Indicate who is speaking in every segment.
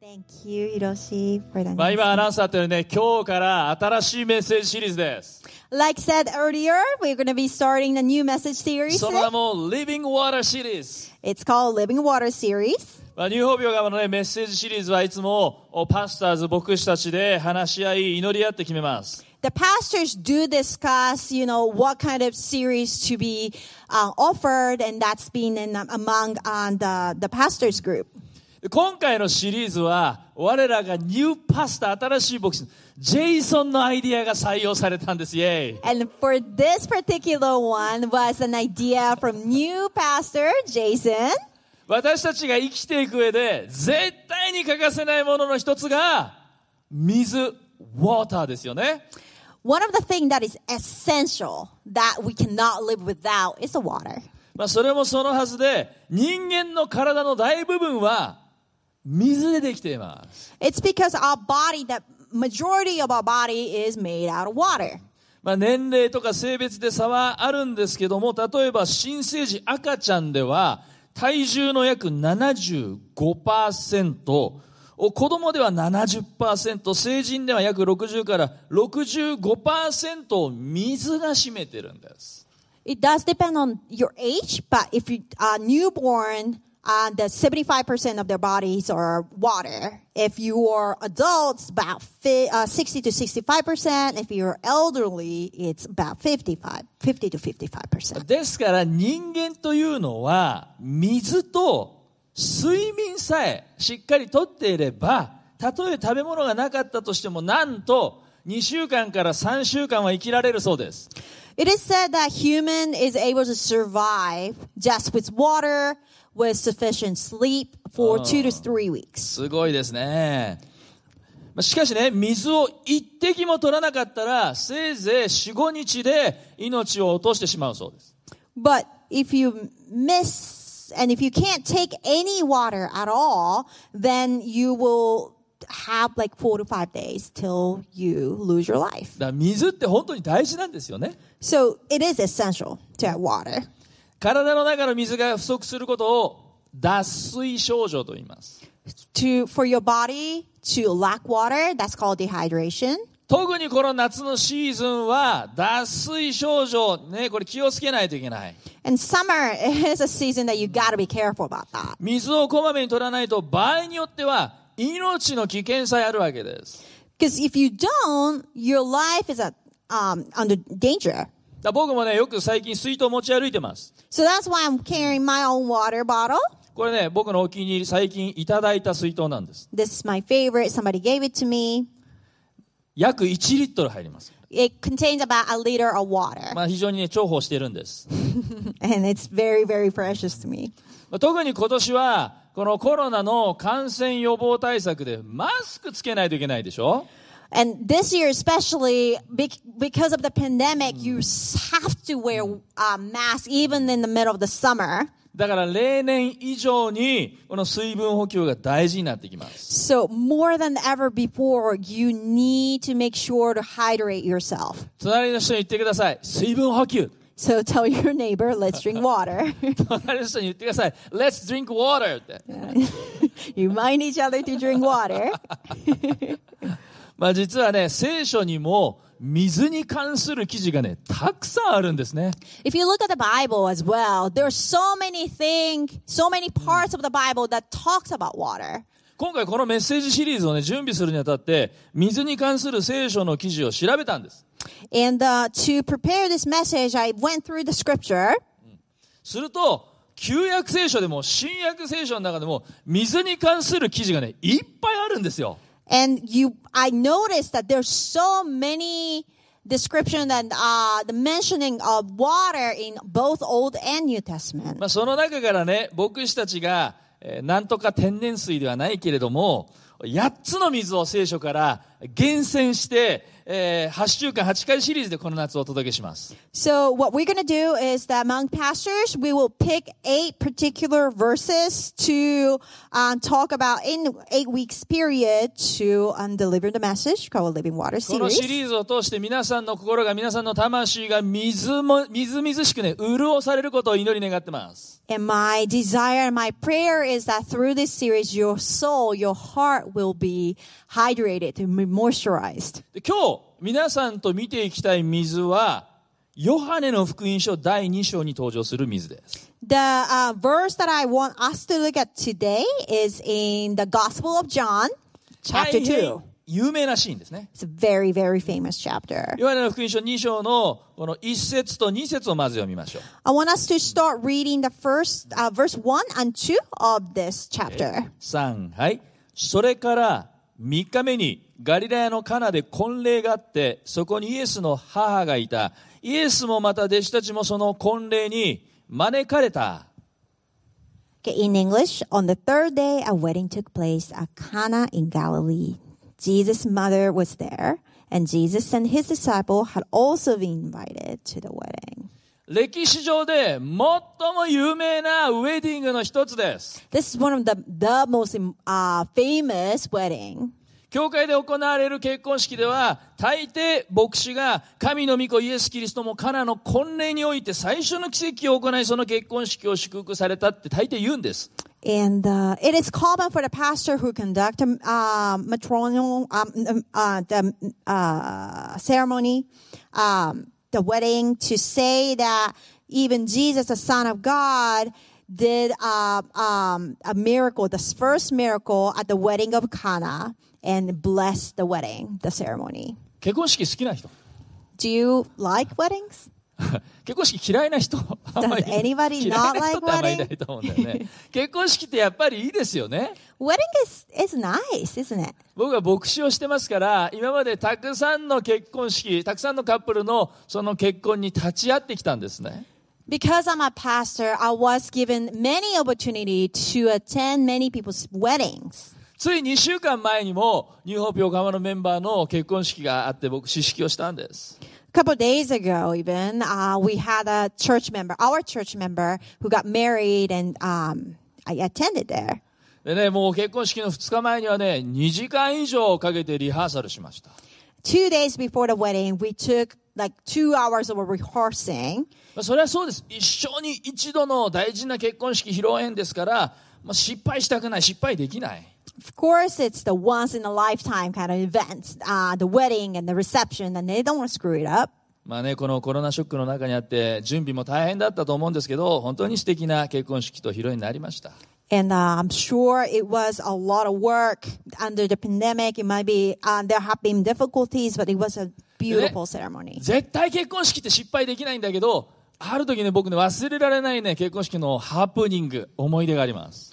Speaker 1: Thank you, Hiroshi, for that.
Speaker 2: まあ、今アナウンスあったようにね、今日から新しいメッセージシリーズです。
Speaker 1: Like said earlier, we're going to be starting a new message series.
Speaker 2: その名も Living Water Series。
Speaker 1: It's called Living Water Series.
Speaker 2: まあ、ニューホービオ側のね、メッセージシリーズはいつもおパスターズ、牧師たちで話し合い、祈り合って決めます。
Speaker 1: The pastors do discuss, you know, what kind of series to be uh, offered, and that's been in, among uh, the, the pastors group.
Speaker 2: で今回のシリーズは、我らがニューパスター、新しい牧師、ジェイソンのアイディアが採用されたんです。イェイ。
Speaker 1: And for this particular one was an idea from new pastor Jason.
Speaker 2: 私たちが生きていく上で、絶対に欠かせないものの一つが、水、ウォーターですよね。
Speaker 1: One of the things that is essential that we cannot live without is the water.
Speaker 2: まあ、それもそのはずで、人間の体の大部分は、水でできています。
Speaker 1: It's because our body, the majority of our body is made out of water.
Speaker 2: まあ、年齢とか性別で差はあるんですけども、例えば新生児赤ちゃんでは、体重の約75%、お子供では70%、成人では約60から65%を水が占めてるんです。
Speaker 1: It does depend on your age, but if you are newborn, uh, the 75% of their bodies are water. If you are adults, about fi- uh, 60 to 65%. If you're elderly, it's about 55, 50 to 55%.
Speaker 2: ですから人間というのは水と睡眠さえしっかりとっていればたとえ食べ物がなかったとしてもなんと2週間から3週間は生きられるそうです
Speaker 1: It is said that human is able to survive just with water, with sufficient sleep for two to three weeks.
Speaker 2: すごいですねまあしかしね水を一滴も取らなかったらせいぜい45日で命を落としてしまうそうです
Speaker 1: But if you miss and if you can't take any water at all, then you will have like four to five days till you lose your life.
Speaker 2: だから水って本当に大事なんですよね
Speaker 1: So it is essential to have water.
Speaker 2: 体の中の水が不足することを脱水症状と言います。
Speaker 1: To for your body to lack water, that's called dehydration.
Speaker 2: 特にこの夏のシーズンは脱水症状、ね、これ気をつけないといけない。
Speaker 1: And summer is a season that you gotta be careful about that.
Speaker 2: 水をこまめに取らないと場合によっては命の危険さえあるわけです。
Speaker 1: Because if you don't, your life is at, um, under danger.
Speaker 2: だ僕もね、よく最近水筒持ち歩いてます。
Speaker 1: So that's why I'm carrying my own water bottle.
Speaker 2: これね、僕のお気に入り最近いただいた水筒なんです。
Speaker 1: This is my favorite. Somebody gave it to me.
Speaker 2: 約1リットル入ります。
Speaker 1: It contains about a liter of water,
Speaker 2: まあ非常にね、重宝してるんです。
Speaker 1: and it's very, very precious to me.
Speaker 2: まあ特に今年は、このコロナの感染予防対策でマスクつけないといけないでしょ
Speaker 1: And this year, especially bec- because of the pandemic, you s- have to wear a mask even in the middle of the summer.
Speaker 2: だから例年以上にこの水分補給が大事になってきます。
Speaker 1: So more than ever before, you need to make sure to hydrate yourself.
Speaker 2: 隣の人に言ってください。水分補給。
Speaker 1: So tell your neighbor, let's drink water.
Speaker 2: 隣の人に言ってください。Let's drink water って。
Speaker 1: Remind each other to drink water.
Speaker 2: まあ実はね、聖書にも水に関する記事がね、たくさんあるんですね。
Speaker 1: If you look at the Bible as well, there are so many things, so many parts of the Bible that talks about water.
Speaker 2: 今回このメッセージシリーズをね、準備するにあたって、水に関する聖書の記事を調べたんです。
Speaker 1: And uh, to prepare this message, I went through the scripture.
Speaker 2: すると、旧約聖書でも新約聖書の中でも水に関する記事がね、いっぱいあるんですよ。
Speaker 1: And you, I noticed that there's so many description and uh, the mentioning of water in both Old and New Testament.
Speaker 2: まあ、その中からね、牧師たちが、えーなんとか天然水ではないけれども、8つの水を聖書から厳選して、えー8週間8回シリーズでこの夏お届けします。
Speaker 1: So what we're going to do is that among pastors, we will pick eight particular verses to um, talk about in eight weeks period to um, deliver the message called Living Water
Speaker 2: このシ
Speaker 1: Series.
Speaker 2: リーズを通して皆さんの心が皆さんの魂がみずもみずみずしくね潤されることを祈り願ってます。
Speaker 1: And my desire and my prayer is that through this series, your soul, your heart will be hydrated and moisturized.
Speaker 2: で今日皆さんと見ていきたい水はヨハネの福音書第2章に登場する水です。
Speaker 1: The uh, verse that I want us to look at today is in the Gospel of John,
Speaker 2: 大
Speaker 1: chapter
Speaker 2: 変
Speaker 1: 2.
Speaker 2: 有名なシーンですね。
Speaker 1: It's a very, very famous chapter.
Speaker 2: ヨハネの福音書2章のこの1節と2節をまず読みましょう。
Speaker 1: I want us to start reading the first uh, verse 1 and 2 of this chapter.
Speaker 2: 3はいそれから3日目にガリラヤのカナで婚礼があってそこにイエスの母がいたイエスもまた弟子たちもその婚礼に招かれた
Speaker 1: Okay, in English, on the third day, a wedding took place at Cana in Galilee. Jesus' mother was there, and Jesus and his disciple had also been invited to the wedding.
Speaker 2: 歴史上で最も有名なウェディングの一つです
Speaker 1: This is one of the, the most uh, famous wedding.
Speaker 2: 教会で行われる結婚式では大抵牧師が神の御子イエス・キリストもカナの婚礼において最初の奇跡を行いその結婚式を祝福されたって大抵言うんです
Speaker 1: And uh, it is common for the pastor who conduct a uh, matrimonial um, um, uh, the, uh, ceremony, um, the wedding, to say that even Jesus, the Son of God, did uh, um, a miracle, the first miracle at the wedding of Cana, and blessed the wedding, the ceremony.
Speaker 2: 結婚式好きな人
Speaker 1: Do you like weddings?
Speaker 2: 結婚式嫌いな人あんまり
Speaker 1: Does anybody
Speaker 2: 嫌いな
Speaker 1: not
Speaker 2: 人ってあんまりいない
Speaker 1: like
Speaker 2: と思うんだよね 結婚式ってやっぱりいいですよね
Speaker 1: Wedding is is nice, isn't it?
Speaker 2: 僕は牧師をしてますから今までたくさんの結婚式たくさんのカップルのその結婚に立ち会ってきたんですね
Speaker 1: Because I'm a pastor, I was given many opportunity to attend many people's weddings.
Speaker 2: つい2週間前にもニューホープ横浜のメンバーの結婚式があって僕試式をしたんです
Speaker 1: A couple of days ago, even uh, we had a church member, our church member, who got married, and um, I attended there.
Speaker 2: でねもう結婚式の2日前にはね2時間以上かけてリハーサルしました
Speaker 1: Two days before the wedding, we took like two hours of rehearsing.
Speaker 2: まあそれはそうです。一生に一度の大事な結婚式披露宴ですから、まあ、失敗したくない、失敗できない。
Speaker 1: Of course, it's the once in a lifetime kind of events, uh, the wedding and the reception, and they don't want to screw it up.
Speaker 2: まあね、このコロナショックの中にあって、準備も大変だったと思うんですけど、本当に素敵な結婚式と披露宴になりました。
Speaker 1: And uh, I'm sure it was a lot of work under the pandemic. It might be uh, there have been difficulties, but it was a beautiful ceremony.
Speaker 2: 絶対結婚式って失敗できないんだけど、ある時ね、僕ね、忘れられないね、結婚式のハプニング、思い出があります。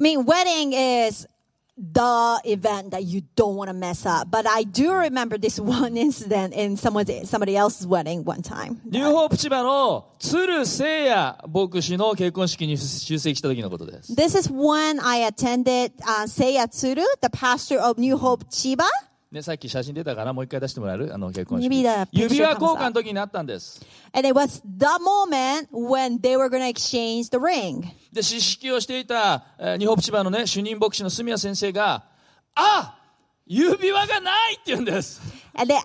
Speaker 1: I mean, wedding is the event that you don't want to mess up. But I do remember this one incident in someone's somebody else's wedding one time.
Speaker 2: ニューホープ千葉の鶴誠也牧師の結婚式に出席した時のことです。
Speaker 1: This is when I attended uh, Seiya Tsuru, the pastor of New Hope Chiba.
Speaker 2: ね、さっき写真出たからもう一回出してもらえるあの結婚式。
Speaker 1: Maybe the picture
Speaker 2: 指輪交
Speaker 1: comes
Speaker 2: 換
Speaker 1: up.
Speaker 2: の時になったんです。
Speaker 1: And it was the moment when they were going to exchange the ring.
Speaker 2: で、詩式をしていた、えー、日本千葉のね、主任牧師の住谷先生が、あ指輪がないって言うんです。
Speaker 1: And that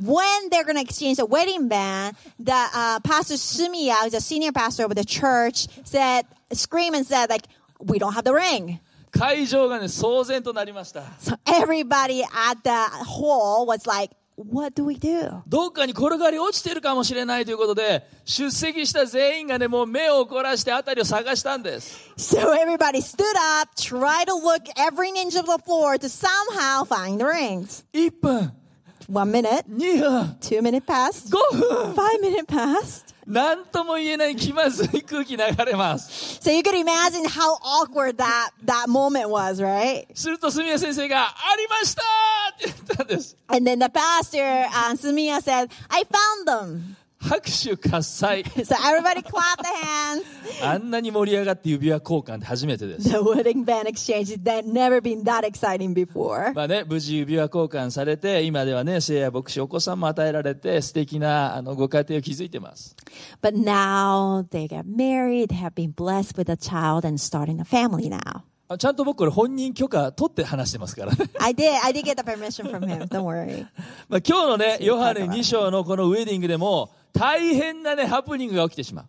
Speaker 1: when they're going to exchange the wedding band, the uh, pastor Sumiya, who's a senior pastor of the church, said, screamed and said, like, we don't have the ring.
Speaker 2: 会場がね、騒然となりました。
Speaker 1: So everybody at the hall was like, what do we do?
Speaker 2: どっかに転がり落ちてるかもしれないということで、出席した全員がね、もう目を凝らして辺りを探したんです。
Speaker 1: So everybody stood up, tried to look every inch of the floor to somehow find the rings.
Speaker 2: 1分、
Speaker 1: One minute,
Speaker 2: 2分、
Speaker 1: two minute passed,
Speaker 2: 5分、
Speaker 1: five minute passed.
Speaker 2: なんとも言えない気まずい空気流れます。
Speaker 1: So you could imagine how awkward that, that moment was, right?
Speaker 2: すると、すみや先生が、ありましたーって言ったんです。
Speaker 1: And then the pastor, uh, Sumiya said, I found them.
Speaker 2: 拍手喝采
Speaker 1: So everybody clap their hands.
Speaker 2: あんなに盛り上がって指輪交換って初めてです
Speaker 1: The wedding band exchange that never been that exciting before.
Speaker 2: まあね、無事指輪交換されて今ではね聖夜牧師お子さんも与えられて素敵なあのご家庭を築いてます
Speaker 1: But now they get married, have been blessed with a child, and starting a family now.
Speaker 2: あちゃんと僕これ本人許可取って話してますからね
Speaker 1: I did. I did get the permission from him. Don't worry.
Speaker 2: まあ今日のねヨハネ2章のこのウェディングでも大変なねハプニングが起きてしまう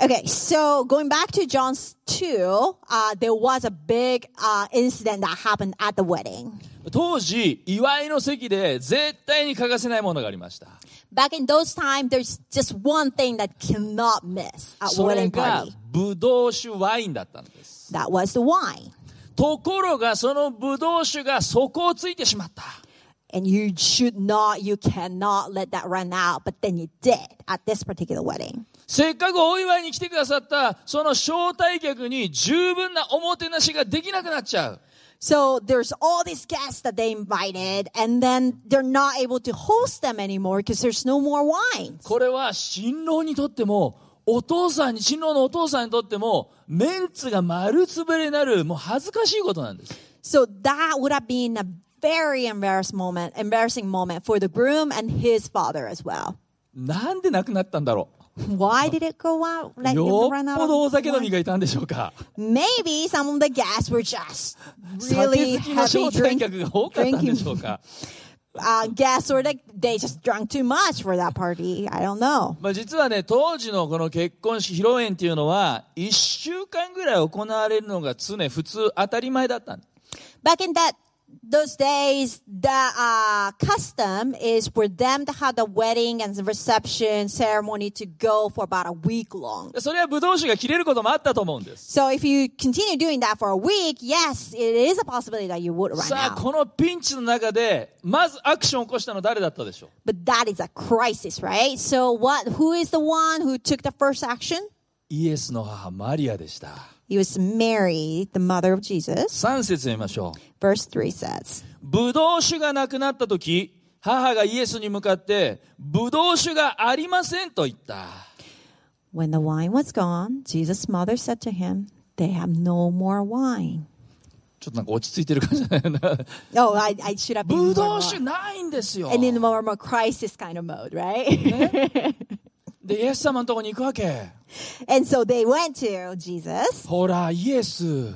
Speaker 1: Okay, so going back to John's 2, uh, there was a big uh, incident that happened at the wedding.
Speaker 2: 当時祝いの席で絶対に欠かせないものがありました
Speaker 1: Back in those times, there's just one thing that cannot miss at
Speaker 2: それ
Speaker 1: wedding
Speaker 2: が
Speaker 1: party.
Speaker 2: ブドウ酒ワインだったんです
Speaker 1: That was the wine.
Speaker 2: ところがそのブドウ酒が底をついてしまった
Speaker 1: And you should not, you cannot let that run out. But then you did at this particular wedding.
Speaker 2: せっかくお祝いに来てくださったその招待客に十分なおもてなしができなくなっちゃう
Speaker 1: So there's all these guests that they invited, and then they're not able to host them anymore because there's no more wine.
Speaker 2: これは新郎にとってもお父さんに新郎のお父さんにとってもメンツが丸つぶれになるもう恥ずかしいことなんです
Speaker 1: So that would have been a very embarrassing moment, embarrassing moment for the groom and his father as well.
Speaker 2: なんでなくなったんだろ
Speaker 1: Why did it go out?
Speaker 2: う
Speaker 1: Like
Speaker 2: よ
Speaker 1: it
Speaker 2: っ
Speaker 1: ran
Speaker 2: ぽど大
Speaker 1: out.
Speaker 2: 酒
Speaker 1: Of
Speaker 2: 飲み
Speaker 1: wine?
Speaker 2: がいたんでしょうか
Speaker 1: Maybe some of the guests were just
Speaker 2: 酒
Speaker 1: really
Speaker 2: 好きの
Speaker 1: heavy
Speaker 2: 招待
Speaker 1: drink,
Speaker 2: 客が多かったんでしょう
Speaker 1: drinking
Speaker 2: か
Speaker 1: uh, guests, or like they just drank too much for that party. I don't know.
Speaker 2: まあ、実はね、当時のこの結婚式披露宴っていうのは、1週間ぐらい行われるのが常、普通当たり前だったん
Speaker 1: back in that those days the uh, custom is for them to have the wedding and the reception ceremony to go for about a week long
Speaker 2: でそれはブドウ酒が切れることもあったと思うんです。
Speaker 1: so if you continue doing that for a week yes it is a possibility that you would run
Speaker 2: さあ、
Speaker 1: out
Speaker 2: このピンチの中で、まずアクションを起こしたの誰だったでしょう
Speaker 1: but that is a crisis right so what who is the one who took the first action
Speaker 2: イエスの母マリアでした。
Speaker 1: it was mary the mother of jesus
Speaker 2: 3節見ましょう。
Speaker 1: verse 3 says
Speaker 2: ブドウ酒がなくなった時、母がイエスに向かって、ブドウ酒がありませんと言った。
Speaker 1: when the wine was gone jesus' mother said to him they have no more wine
Speaker 2: ちょっとなんか落ち着いてる感じだ よな。
Speaker 1: Oh, I, I should have been
Speaker 2: ブ
Speaker 1: more,
Speaker 2: ドウ
Speaker 1: more,
Speaker 2: 酒ないんですよ。
Speaker 1: and in more, more crisis kind of mode, right?
Speaker 2: で、イエス様のとこに行くわけ。
Speaker 1: and so they went to Jesus.
Speaker 2: ほら、イエス。い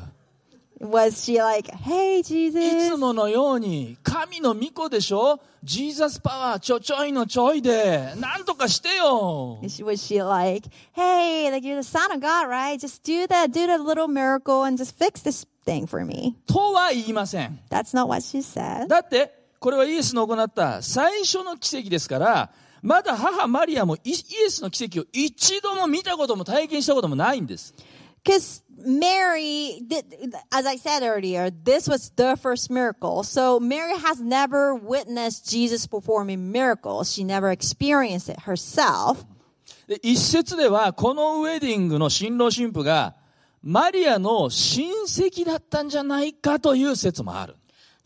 Speaker 1: Was she like, "Hey,
Speaker 2: つ
Speaker 1: Jesus"?
Speaker 2: ものように、神の御子でしょジーザスパワーちょちょいのちょいで、なんとかしてよ。
Speaker 1: And she- Was she like, "Hey, like you're the Son of God, right? Just do that, do that little miracle, and just fix this thing for me"?
Speaker 2: とは言いません。
Speaker 1: That's not what she said.
Speaker 2: だって、これはイエスの行った最初の奇跡ですから、まだ母マリアもイイエスの奇跡を一度も見たことも体験したこともないんです。
Speaker 1: Because Mary, did, as I said earlier, this was the first miracle. So Mary has never witnessed Jesus performing miracles. She never experienced it herself.
Speaker 2: で一説では、このウェディングの新郎新婦が、マリアの親戚だったんじゃないかという説もある。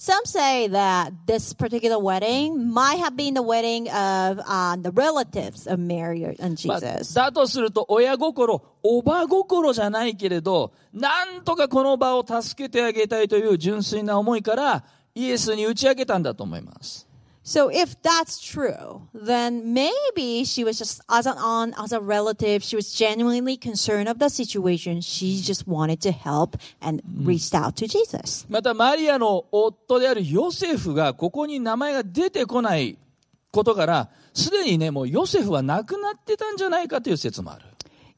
Speaker 1: Some say that this particular wedding might have been the wedding of uh, the relatives of Mary and
Speaker 2: まあ
Speaker 1: Jesus.
Speaker 2: だとすると親心、おば心じゃないけれど、なんとかこの場を助けてあげたいという純粋な思いから、イエスに打ち明けたんだと思います。
Speaker 1: So if that's true, then maybe she was just as an aunt, as a relative, she was genuinely concerned of the situation. She just wanted to help and reached out to Jesus.
Speaker 2: またマリアの夫であるヨセフがここに名前が出てこないことから、すでにね、もうヨセフは亡くなってたんじゃないかという説もある。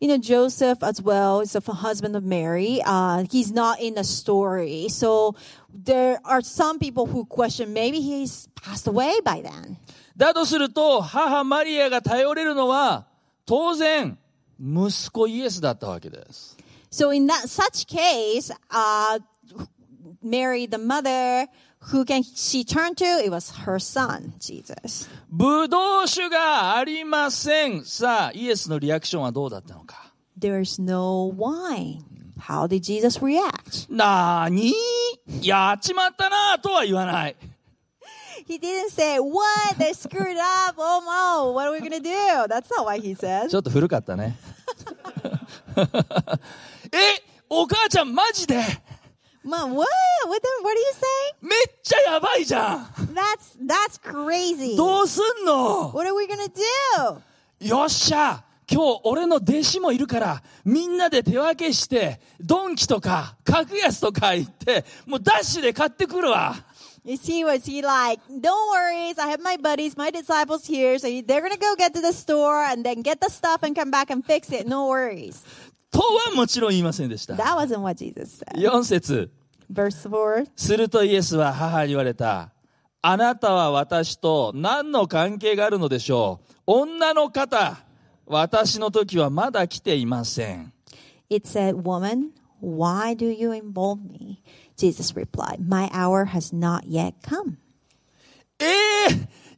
Speaker 1: You know, Joseph as well is the husband of Mary. Uh, he's not in the story. So there are some people who question maybe he's passed away by then.
Speaker 2: だとすると、母マリアが頼れるのは、当然、息子イエスだったわけです。
Speaker 1: So in that such case, uh, Mary, the mother, who can she turn to? It was her son, Jesus.
Speaker 2: ブドウ酒がありません。さあ、イエスのリアクションはどうだったのか。
Speaker 1: There's no wine. How did Jesus react?
Speaker 2: なーにやっちまったなとは言わない。
Speaker 1: He didn't say, What? They screwed up. Oh no, what are we going to do? That's not what he said.
Speaker 2: ちょっと古かったね。 え、お母ちゃんマジで
Speaker 1: Mom, what? What, the, what are you saying?
Speaker 2: めっちゃやばいじゃん
Speaker 1: That's, that's crazy.
Speaker 2: どうすんの
Speaker 1: What are we going to do?
Speaker 2: よっしゃ今日俺の弟子もいるから、みんなで手分けして、ドンキとか、格安とか行って、もうダッシュで買ってくるわ。
Speaker 1: Is he was he like, don't worry, I have my buddies, my disciples here, so they're gonna go get to the store and then get the stuff and come back and fix it. No worries.
Speaker 2: とはもちろん言いませんでした。
Speaker 1: That wasn't what Jesus said.
Speaker 2: 4節
Speaker 1: Verse four.
Speaker 2: するとイエスは母に言われた。あなたは私と何の関係があるのでしょう女の方、私の時はまだ来ていません。
Speaker 1: It said, Woman, why do you involve me? Jesus replied, My hour has not yet come.
Speaker 2: ええ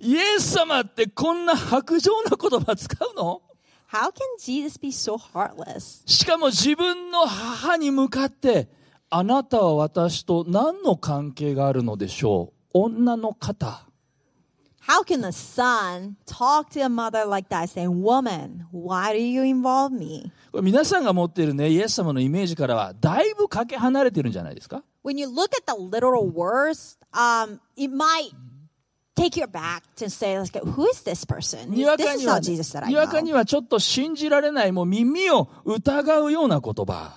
Speaker 2: イエス様ってこんな薄情な言葉使うの
Speaker 1: How can Jesus be so heartless?
Speaker 2: しかも自分の母に向かって、あなたは私と何の関係があるのでしょう女の方。
Speaker 1: How can a son talk to a mother like that saying, Woman, why do you involve me?
Speaker 2: これ皆さんが持っているね、イエス様のイメージからは、だいぶかけ離れてるんじゃないですか
Speaker 1: when you look at the literal words, um, it might take you back to say, like, who is this person?
Speaker 2: にわか
Speaker 1: This
Speaker 2: に
Speaker 1: is
Speaker 2: は、
Speaker 1: not Jesus that I
Speaker 2: にわかに
Speaker 1: know.
Speaker 2: はちょっと信じられない、もう耳を疑うような言葉。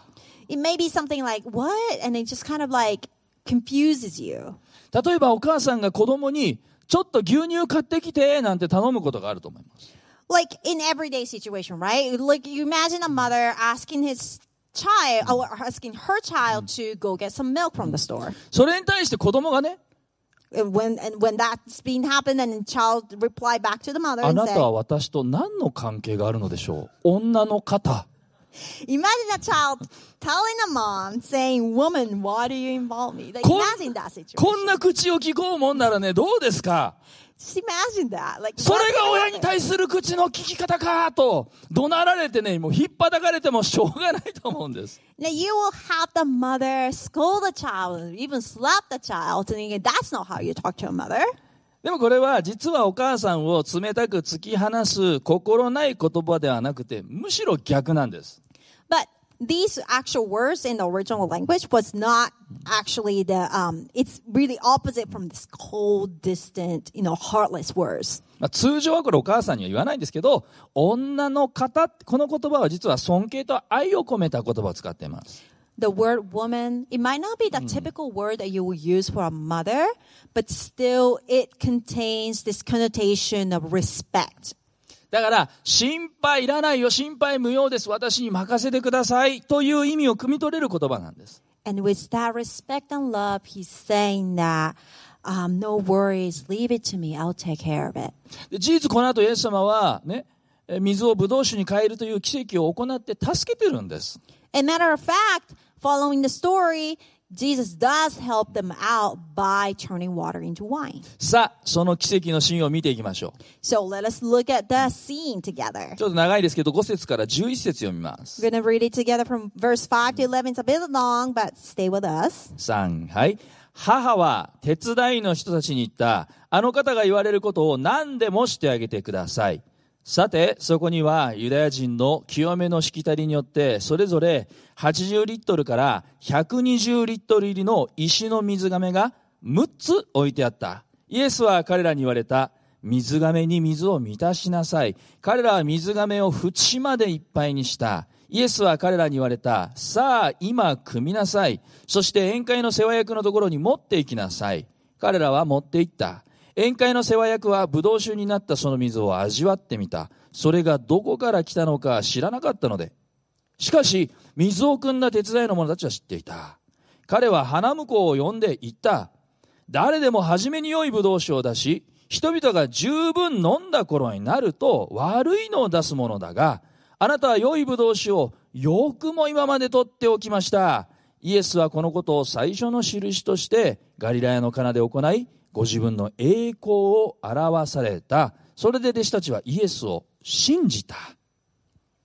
Speaker 1: It may be something like, what? And it just kind of like confuses you.
Speaker 2: 例えばお母さんが子供に、ちょっと牛乳買ってきて、なんて頼むことがあると思います。
Speaker 1: Like in everyday situation, right? Like you imagine a mother asking his child or asking her child to go get some milk from the store.
Speaker 2: それに対して子供がね、
Speaker 1: And when and when that's being happened and the child reply back to the mother
Speaker 2: あ
Speaker 1: and
Speaker 2: な
Speaker 1: say,
Speaker 2: たは私と何の関係があるのでしょう女の方。
Speaker 1: Imagine a child telling a mom saying, "Woman, why do you involve me?" Like
Speaker 2: こん
Speaker 1: imagine that situation.
Speaker 2: こんな口を聞こうもんならね、どうですか
Speaker 1: Just imagine that. Like
Speaker 2: それ
Speaker 1: what's
Speaker 2: が
Speaker 1: gonna
Speaker 2: 親に
Speaker 1: happen?
Speaker 2: 対する口の聞き方かと、怒鳴られてね、もう引っ叩かれてもしょうがないと思うんです。
Speaker 1: Now you will have the mother scold the child, even slap the child, and you- that's not how you talk to a mother.
Speaker 2: でもこれは実はお母さんを冷たく突き放す心ない言葉ではなくて、むしろ逆なんです。
Speaker 1: But these actual words in the original language was not actually the. Um, it's really opposite from this cold, distant, you know, heartless words.
Speaker 2: まあ、通常はこれお母さんには言わないんですけど、女の方って、この言葉は実は尊敬と愛を込めた言葉を使っています。
Speaker 1: the word woman it might not be the typical word that you will use for a mother but still it contains this connotation of respect
Speaker 2: だから、心配いらないよ、心配無用です、私に任せてくださいという意味を汲み取れる言葉なんです。
Speaker 1: and with that respect and love he's saying that um, no worries leave it to me i'll take care of it
Speaker 2: で事実、この後イエス様はね、え水をブドウ酒に変えるという奇跡を行って助けてるんです。
Speaker 1: and matter of fact following the story jesus does help them out by turning water into wine
Speaker 2: さあ、その奇跡のシーンを見ていきましょう。
Speaker 1: so let us look at the scene together
Speaker 2: ちょっと長いですけど、5節から11節読みます。
Speaker 1: we're going to read it together from verse 5 to 11 it's a bit long but stay with us
Speaker 2: 3、はい。母は手伝いの人たちに言った。あの方が言われることを何でもしてあげてください。さて、そこにはユダヤ人の清めのしきたりによって、それぞれ80リットルから120リットル入りの石の水亀が6つ置いてあった。イエスは彼らに言われた。水亀に水を満たしなさい。彼らは水亀を縁までいっぱいにした。イエスは彼らに言われた。さあ、今、組みなさい。そして宴会の世話役のところに持って行きなさい。彼らは持って行った。宴会の世話役は、ブドウ酒になったその水を味わってみた。それがどこから来たのか知らなかったので。しかし、水を汲んだ手伝いの者たちは知っていた。彼は花婿を呼んで言った。誰でも初めに良いブドウ酒を出し、人々が十分飲んだ頃になると悪いのを出すものだが、あなたは良いブドウ酒をよくも今まで取っておきました。イエスはこのことを最初の印としてガリラヤのカナで行い、ご自分の栄光を表された。それで弟子たちはイエスを信じた。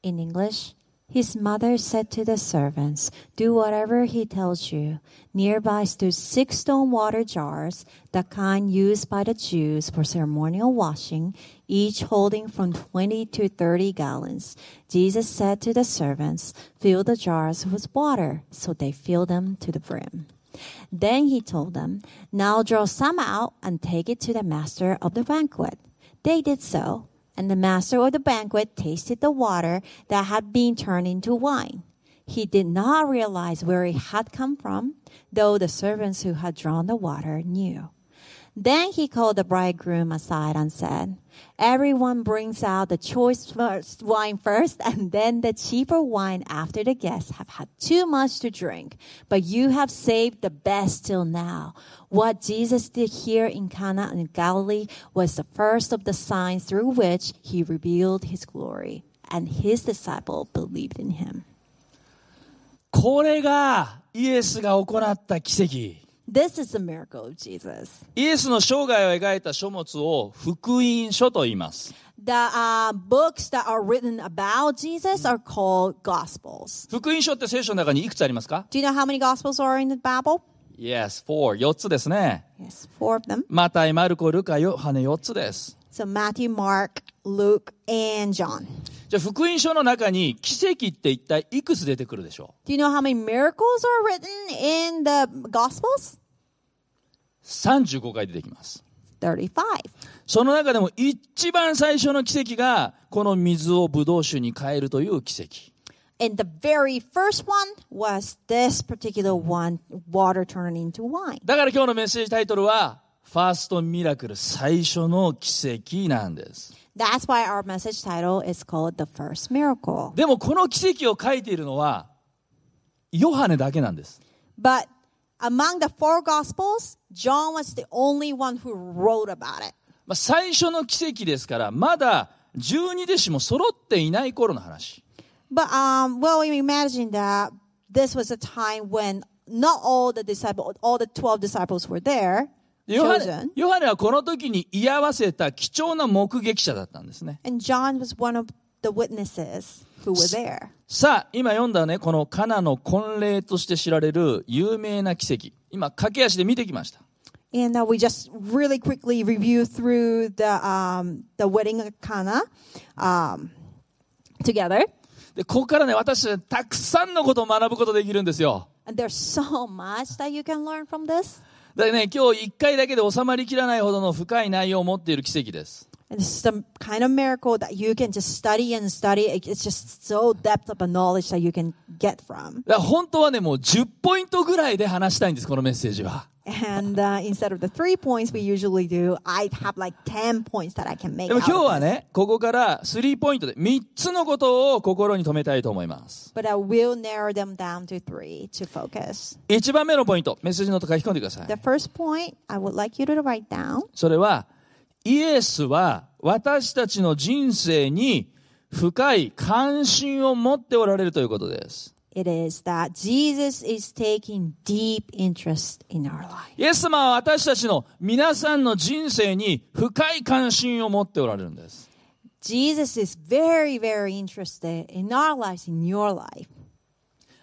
Speaker 1: In English,
Speaker 3: His mother said to the servants, Do whatever he tells you. Nearby stood six stone water jars, the kind used by the Jews for ceremonial washing, each holding from 20 to 30 gallons. Jesus said to the servants, Fill the jars with water. So they filled them to the brim. Then he told them, Now draw some out and take it to the master of the banquet. They did so, and the master of the banquet tasted the water that had been turned into wine. He did not realize where it had come from, though the servants who had drawn the water knew. Then he called the bridegroom aside and said, Everyone brings out the choice first, wine first, and then the cheaper wine after the guests have had too much to drink. But you have saved the best till now. What Jesus did here in Cana in Galilee was the first of the signs through which he revealed his glory, and his disciple believed in him.
Speaker 2: これがイエスが行った奇跡。
Speaker 3: This is the miracle of Jesus.
Speaker 2: イエスの生涯を描いた書物を福音書と言います。
Speaker 1: The uh, books that are written about Jesus are called Gospels.
Speaker 2: 福音書って聖書の中にいくつありますか
Speaker 1: Do you know how many Gospels are in the Bible?
Speaker 2: ?Yes, four. 4つですね。
Speaker 1: Yes, four of them.
Speaker 2: マタイ、マルコ、ルカ、ヨハネ4つです。
Speaker 1: So Matthew, Mark, Luke, and John.
Speaker 2: じゃあ福音書の中に奇跡って一体いくつ出てくるでしょう
Speaker 1: Do you know how many miracles are written in the Gospels?
Speaker 2: 35回出てきます。
Speaker 1: 35.
Speaker 2: その中でも一番最初の奇跡が、この水をブドウ酒に変えるという奇跡。
Speaker 1: And the very first one was this particular one, water turning into wine.
Speaker 2: だから今日のメッセージタイトルは、ファーストミラクル最初の奇跡なんです。
Speaker 1: That's why our message title is called The First Miracle.
Speaker 2: でもこの奇跡を書いているのは、ヨハネだけなんです。
Speaker 1: But among the four Gospels, John was the only one who wrote about it.
Speaker 2: まあ、最初の奇跡ですから、まだ十二弟子も揃っていない頃の話。
Speaker 1: But um, well, you imagine that this was a time when not all the disciples, all the twelve disciples were there,
Speaker 2: でヨハネ
Speaker 1: chosen,
Speaker 2: ヨハネはこの時に居合わせた貴重な目撃者だったんですね。
Speaker 1: and John was one of the witnesses who were there.
Speaker 2: さあ、今読んだね、このカナの婚礼として知られる有名な奇跡。今、駆け足で見てきました。
Speaker 1: And uh, we just really quickly review through the um, the wedding of Cana um, together.
Speaker 2: で、ここからね、私たちたくさんのことを学ぶことできるんですよ。
Speaker 1: And there's so much that you can learn from this.
Speaker 2: でね、今日一回だけで収まりきらないほどの深い内容を持っている奇跡です。
Speaker 1: And this is the kind of miracle that you can just study and study. It- It's just so depth of a knowledge that you can get from.
Speaker 2: だから本当はね、もう10ポイントぐらいで話したいんです、このメッセージは。
Speaker 1: And uh, instead of the three points we usually do, I have like 10 points that I can make.
Speaker 2: でも
Speaker 1: out
Speaker 2: 今日
Speaker 1: of
Speaker 2: は
Speaker 1: this.
Speaker 2: ね、ここから3ポイントで3つのことを心に留めたいと思います。
Speaker 1: But I will narrow them down to three to focus.
Speaker 2: 1番目のポイント、メッセージの音書き込んでくださ
Speaker 1: The
Speaker 2: い。
Speaker 1: first point I would like you to write down
Speaker 2: それは、イエスは私たちの人生に深い関心を持っておられるということです。
Speaker 1: it is that Jesus is taking deep interest in our life.
Speaker 2: イエス様は私たちの皆さんの人生に深い関心を持っておられるんです。
Speaker 1: Jesus is very, very interested in our lives, in your life.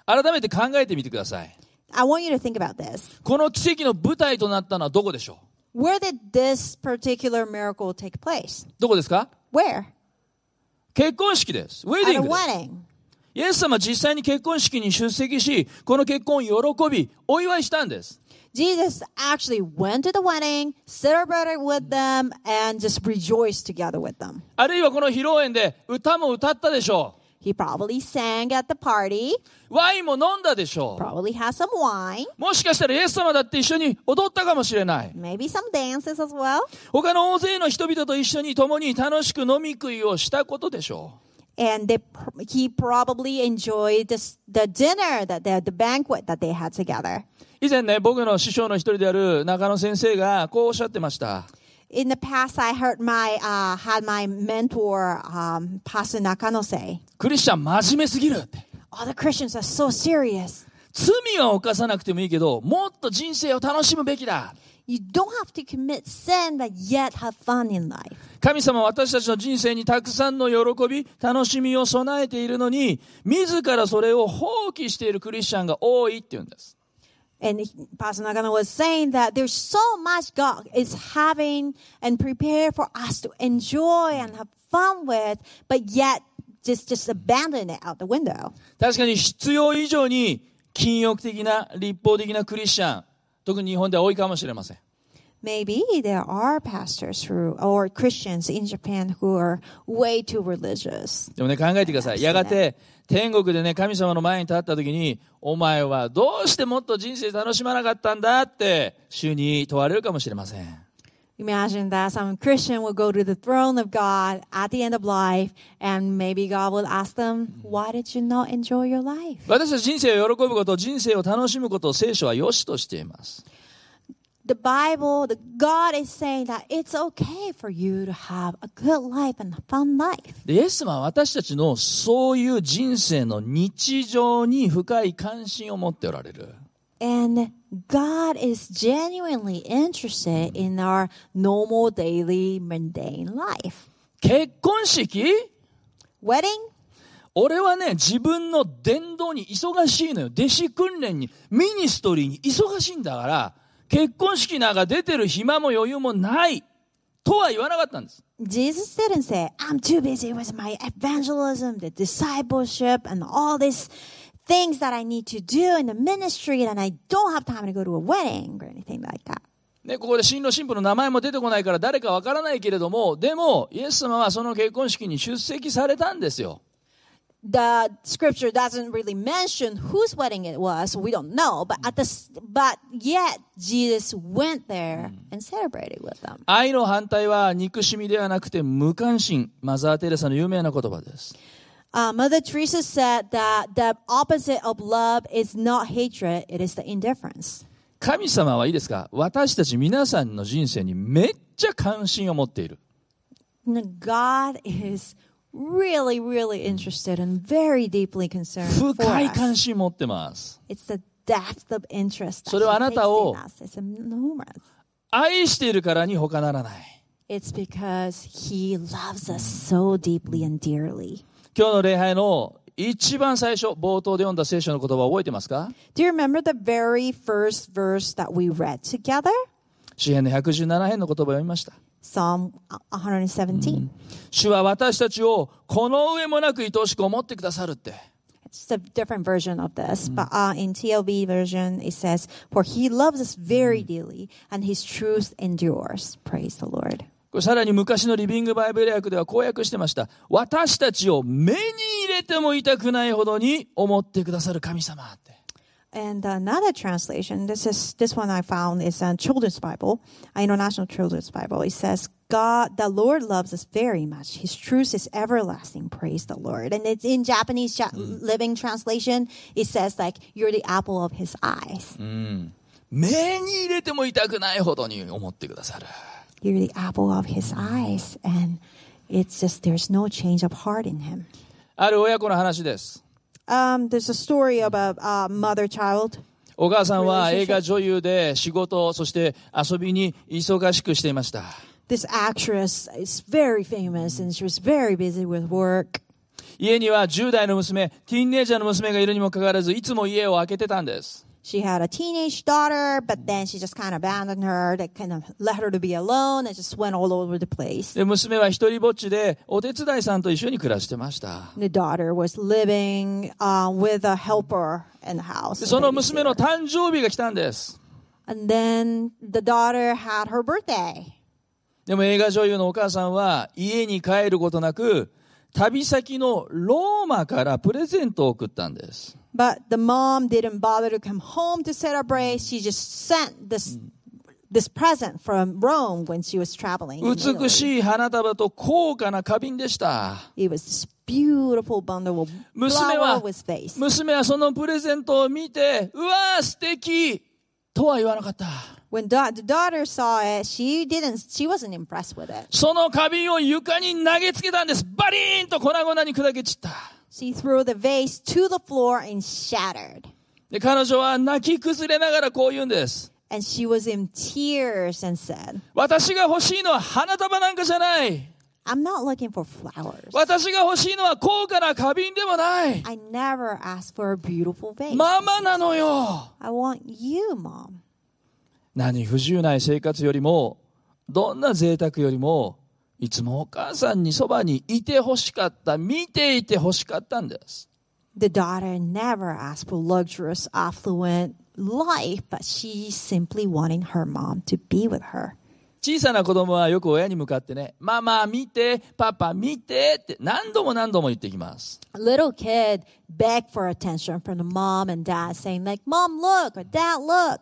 Speaker 2: 改めて考えてみてください。
Speaker 1: I want you to think about this.
Speaker 2: この奇跡の舞台となったのはどこでしょ
Speaker 1: Where did this particular miracle take place?
Speaker 2: うどこですか
Speaker 1: Where?
Speaker 2: 結婚式です。ウェデ
Speaker 1: At a
Speaker 2: ィングです。
Speaker 1: wedding.
Speaker 2: イエス様は実際に結婚式に出席し、この結婚を喜び、お祝いしたんです。
Speaker 1: Jesus actually went to the wedding, celebrated with them, and just rejoiced together with them.
Speaker 2: あるいはこの披露宴で歌も歌ったでしょ
Speaker 1: He probably sang at the party,
Speaker 2: う。ワインも飲んだでしょ
Speaker 1: probably had some wine,
Speaker 2: う。もしかしたらイエス様だって一緒に踊ったかもしれない。
Speaker 1: maybe some dances as well.
Speaker 2: 他の大勢の人々と一緒に共に楽しく飲み食いをしたことでしょ
Speaker 1: And they, pr- he probably enjoyed this, the dinner that they, the banquet that they had together.
Speaker 2: う。以前ね、僕の師匠の一人である中野先生がこうおっしゃってました。
Speaker 1: In the past, I heard my uh, had my mentor um, Pastor Nakano say,
Speaker 2: クリスチャン真面目すぎるって。
Speaker 1: all the Christians are so serious.
Speaker 2: 罪は犯さなくてもいいけど、もっと人生を楽しむべきだ。
Speaker 1: You don't have to commit sin, but yet have fun in life.
Speaker 2: 神様は私たちの人生にたくさんの喜び、楽しみを備えているのに、自らそれを放棄しているクリスチャンが多いって言うんです。
Speaker 1: And he- Pastor Nagano was saying that there's so much God is having and prepared for us to enjoy and have fun with, but yet just just abandon it out the window.
Speaker 2: 確かに必要以上に禁欲的な、立法的なクリスチャン、特に日本では多いかもしれません。
Speaker 1: Maybe there are pastors who or Christians in Japan who are way too religious.
Speaker 2: でもね、考えてください。やがて、天国でね、神様の前に立った時に、お前はどうしてもっと人生楽しまなかったんだって、主に問われるかもしれません。
Speaker 1: Imagine that some Christian will go to the throne of God at the end of life, and maybe God will ask them, "Why did you not enjoy your life?"
Speaker 2: 私たち人生を喜ぶこと、人生を楽しむことを聖書は良しとしています。
Speaker 1: The Bible, the God is saying that it's okay for you to have a good life and a fun life.
Speaker 2: で、イエス様は私たちのそういう人生の日常に深い関心を持っておられる。
Speaker 1: And God is genuinely interested in our normal, daily, mundane life.
Speaker 2: 結婚式
Speaker 1: Wedding,
Speaker 2: 俺はね、自分の伝道に忙しいのよ。弟子訓練に、ミニストリーに忙しいんだから、結婚式なんか出てる暇も余裕もない。とは言わなかったんです。
Speaker 1: Jesus didn't say, I'm too busy with my evangelism, the discipleship, and all these things that I need to do in the ministry, and I don't have time to go to a wedding or anything like that.
Speaker 2: ね、ここで新郎新婦の名前も出てこないから誰かわからないけれども、でも、イエス様はその結婚式に出席されたんですよ。
Speaker 1: The scripture doesn't really mention whose wedding it was, so we don't know, but at this, but yet Jesus went there and celebrated with them.
Speaker 2: 愛の反対は憎しみではなくて無関心。マザー・テレサの有名な言葉です。
Speaker 1: Uh, Mother Teresa said that the opposite of love is not hatred, it is the indifference.
Speaker 2: 神様はいいですか私たち皆さんの人生にめっちゃ関心を持っている。
Speaker 1: God is really, really interested and very deeply concerned
Speaker 2: 深い
Speaker 1: for
Speaker 2: 関
Speaker 1: us.
Speaker 2: 心持ってます。
Speaker 1: It's the depth of interest that
Speaker 2: それは
Speaker 1: he
Speaker 2: あな
Speaker 1: takes
Speaker 2: たを
Speaker 1: in us. It's enormous.
Speaker 2: 愛しているからに他ならない。
Speaker 1: It's because he loves us so deeply and dearly.
Speaker 2: 今日の礼拝の一番最初、冒頭で読んだ聖書の言葉を覚えてますか
Speaker 1: Do you remember the very first verse that we read together?
Speaker 2: 詩篇の117編の言葉を読みました。
Speaker 1: Psalm 117.
Speaker 2: 主は私たちをこの上もなく愛しく思ってくださるって。
Speaker 1: It's just a different version of this, but uh, in TLB version it says, "For he loves us very dearly, and his truth endures." Praise the Lord.
Speaker 2: これさらに昔のリビングバイブル訳では公約してました。私たちを目に入れても痛くないほどに思ってくださる神様って。
Speaker 1: And another translation, this is this one I found is a children's Bible, an international children's Bible. It says, "God, the Lord loves us very much. His truth is everlasting. Praise the Lord." And it's in Japanese ja- Living Translation. It says like, "You're the apple of His eyes.
Speaker 2: 目に入れても痛くないほどに思ってくださる。
Speaker 1: You're the apple of His eyes." And it's just there's no change of heart in Him.
Speaker 2: ある親子の話です。
Speaker 1: Um, there's a story about uh, mother child.
Speaker 2: 小川さんは映画女優で仕事、そして遊びに忙しくしていました。
Speaker 1: This actress is very famous, and she was very busy with work.
Speaker 2: 家には10代の娘、ティーンネイジャーの娘がいるにもかかわらず、いつも家を開けてたんです。
Speaker 1: She had a teenage daughter, but then she just kind of abandoned her. They kind of let her to be alone and just went all over the place.
Speaker 2: で、娘は一人ぼっちで、お手伝いさんと一緒に暮らしてました。
Speaker 1: The daughter was living uh, with a helper in the house.
Speaker 2: で、その娘の誕生日が来たんです。
Speaker 1: And then the daughter had her birthday.
Speaker 2: でも映画女優のお母さんは、家に帰ることなく、旅先のローマからプレゼントを送ったんです。
Speaker 1: But the mom didn't bother to come home to celebrate. She just sent this this present from Rome when she was traveling. in
Speaker 2: 美
Speaker 1: Italy.
Speaker 2: しい花束と高価な花瓶でした。
Speaker 1: It was this beautiful bundle of
Speaker 2: 娘
Speaker 1: flower
Speaker 2: は
Speaker 1: with face.
Speaker 2: 娘はそのプレゼントを見て、うわー素敵とは言わなかった。
Speaker 1: When da- the daughter saw it, she didn't. She wasn't impressed with it.
Speaker 2: その花瓶を床に投げつけたんです。バリーンと粉々に砕け散った。
Speaker 1: She threw the vase to the floor and shattered.
Speaker 2: で、彼女は泣き崩れながらこう言うんです。
Speaker 1: And she was in tears and said,
Speaker 2: 私が欲しいのは花束なんかじゃない。
Speaker 1: I'm not looking for flowers.
Speaker 2: 私が欲しいのは高価な花瓶でもない。
Speaker 1: I never asked for a beautiful vase.
Speaker 2: ママなのよ。
Speaker 1: I want you, mom.
Speaker 2: 何不自由ない生活よりも、どんな贅沢よりも、いつもお母さんにそばにいてほしかった、見ていてほしかったんです。
Speaker 1: The daughter never asked for luxurious, affluent life, but she simply wanted her mom to be with her.
Speaker 2: 小さな子供はよく親に向かってね、ママ見て、パパ見てって何度も何度も言ってきます。
Speaker 1: A little kid begged for attention from the mom and dad, saying like, "Mom, look," or "Dad, look."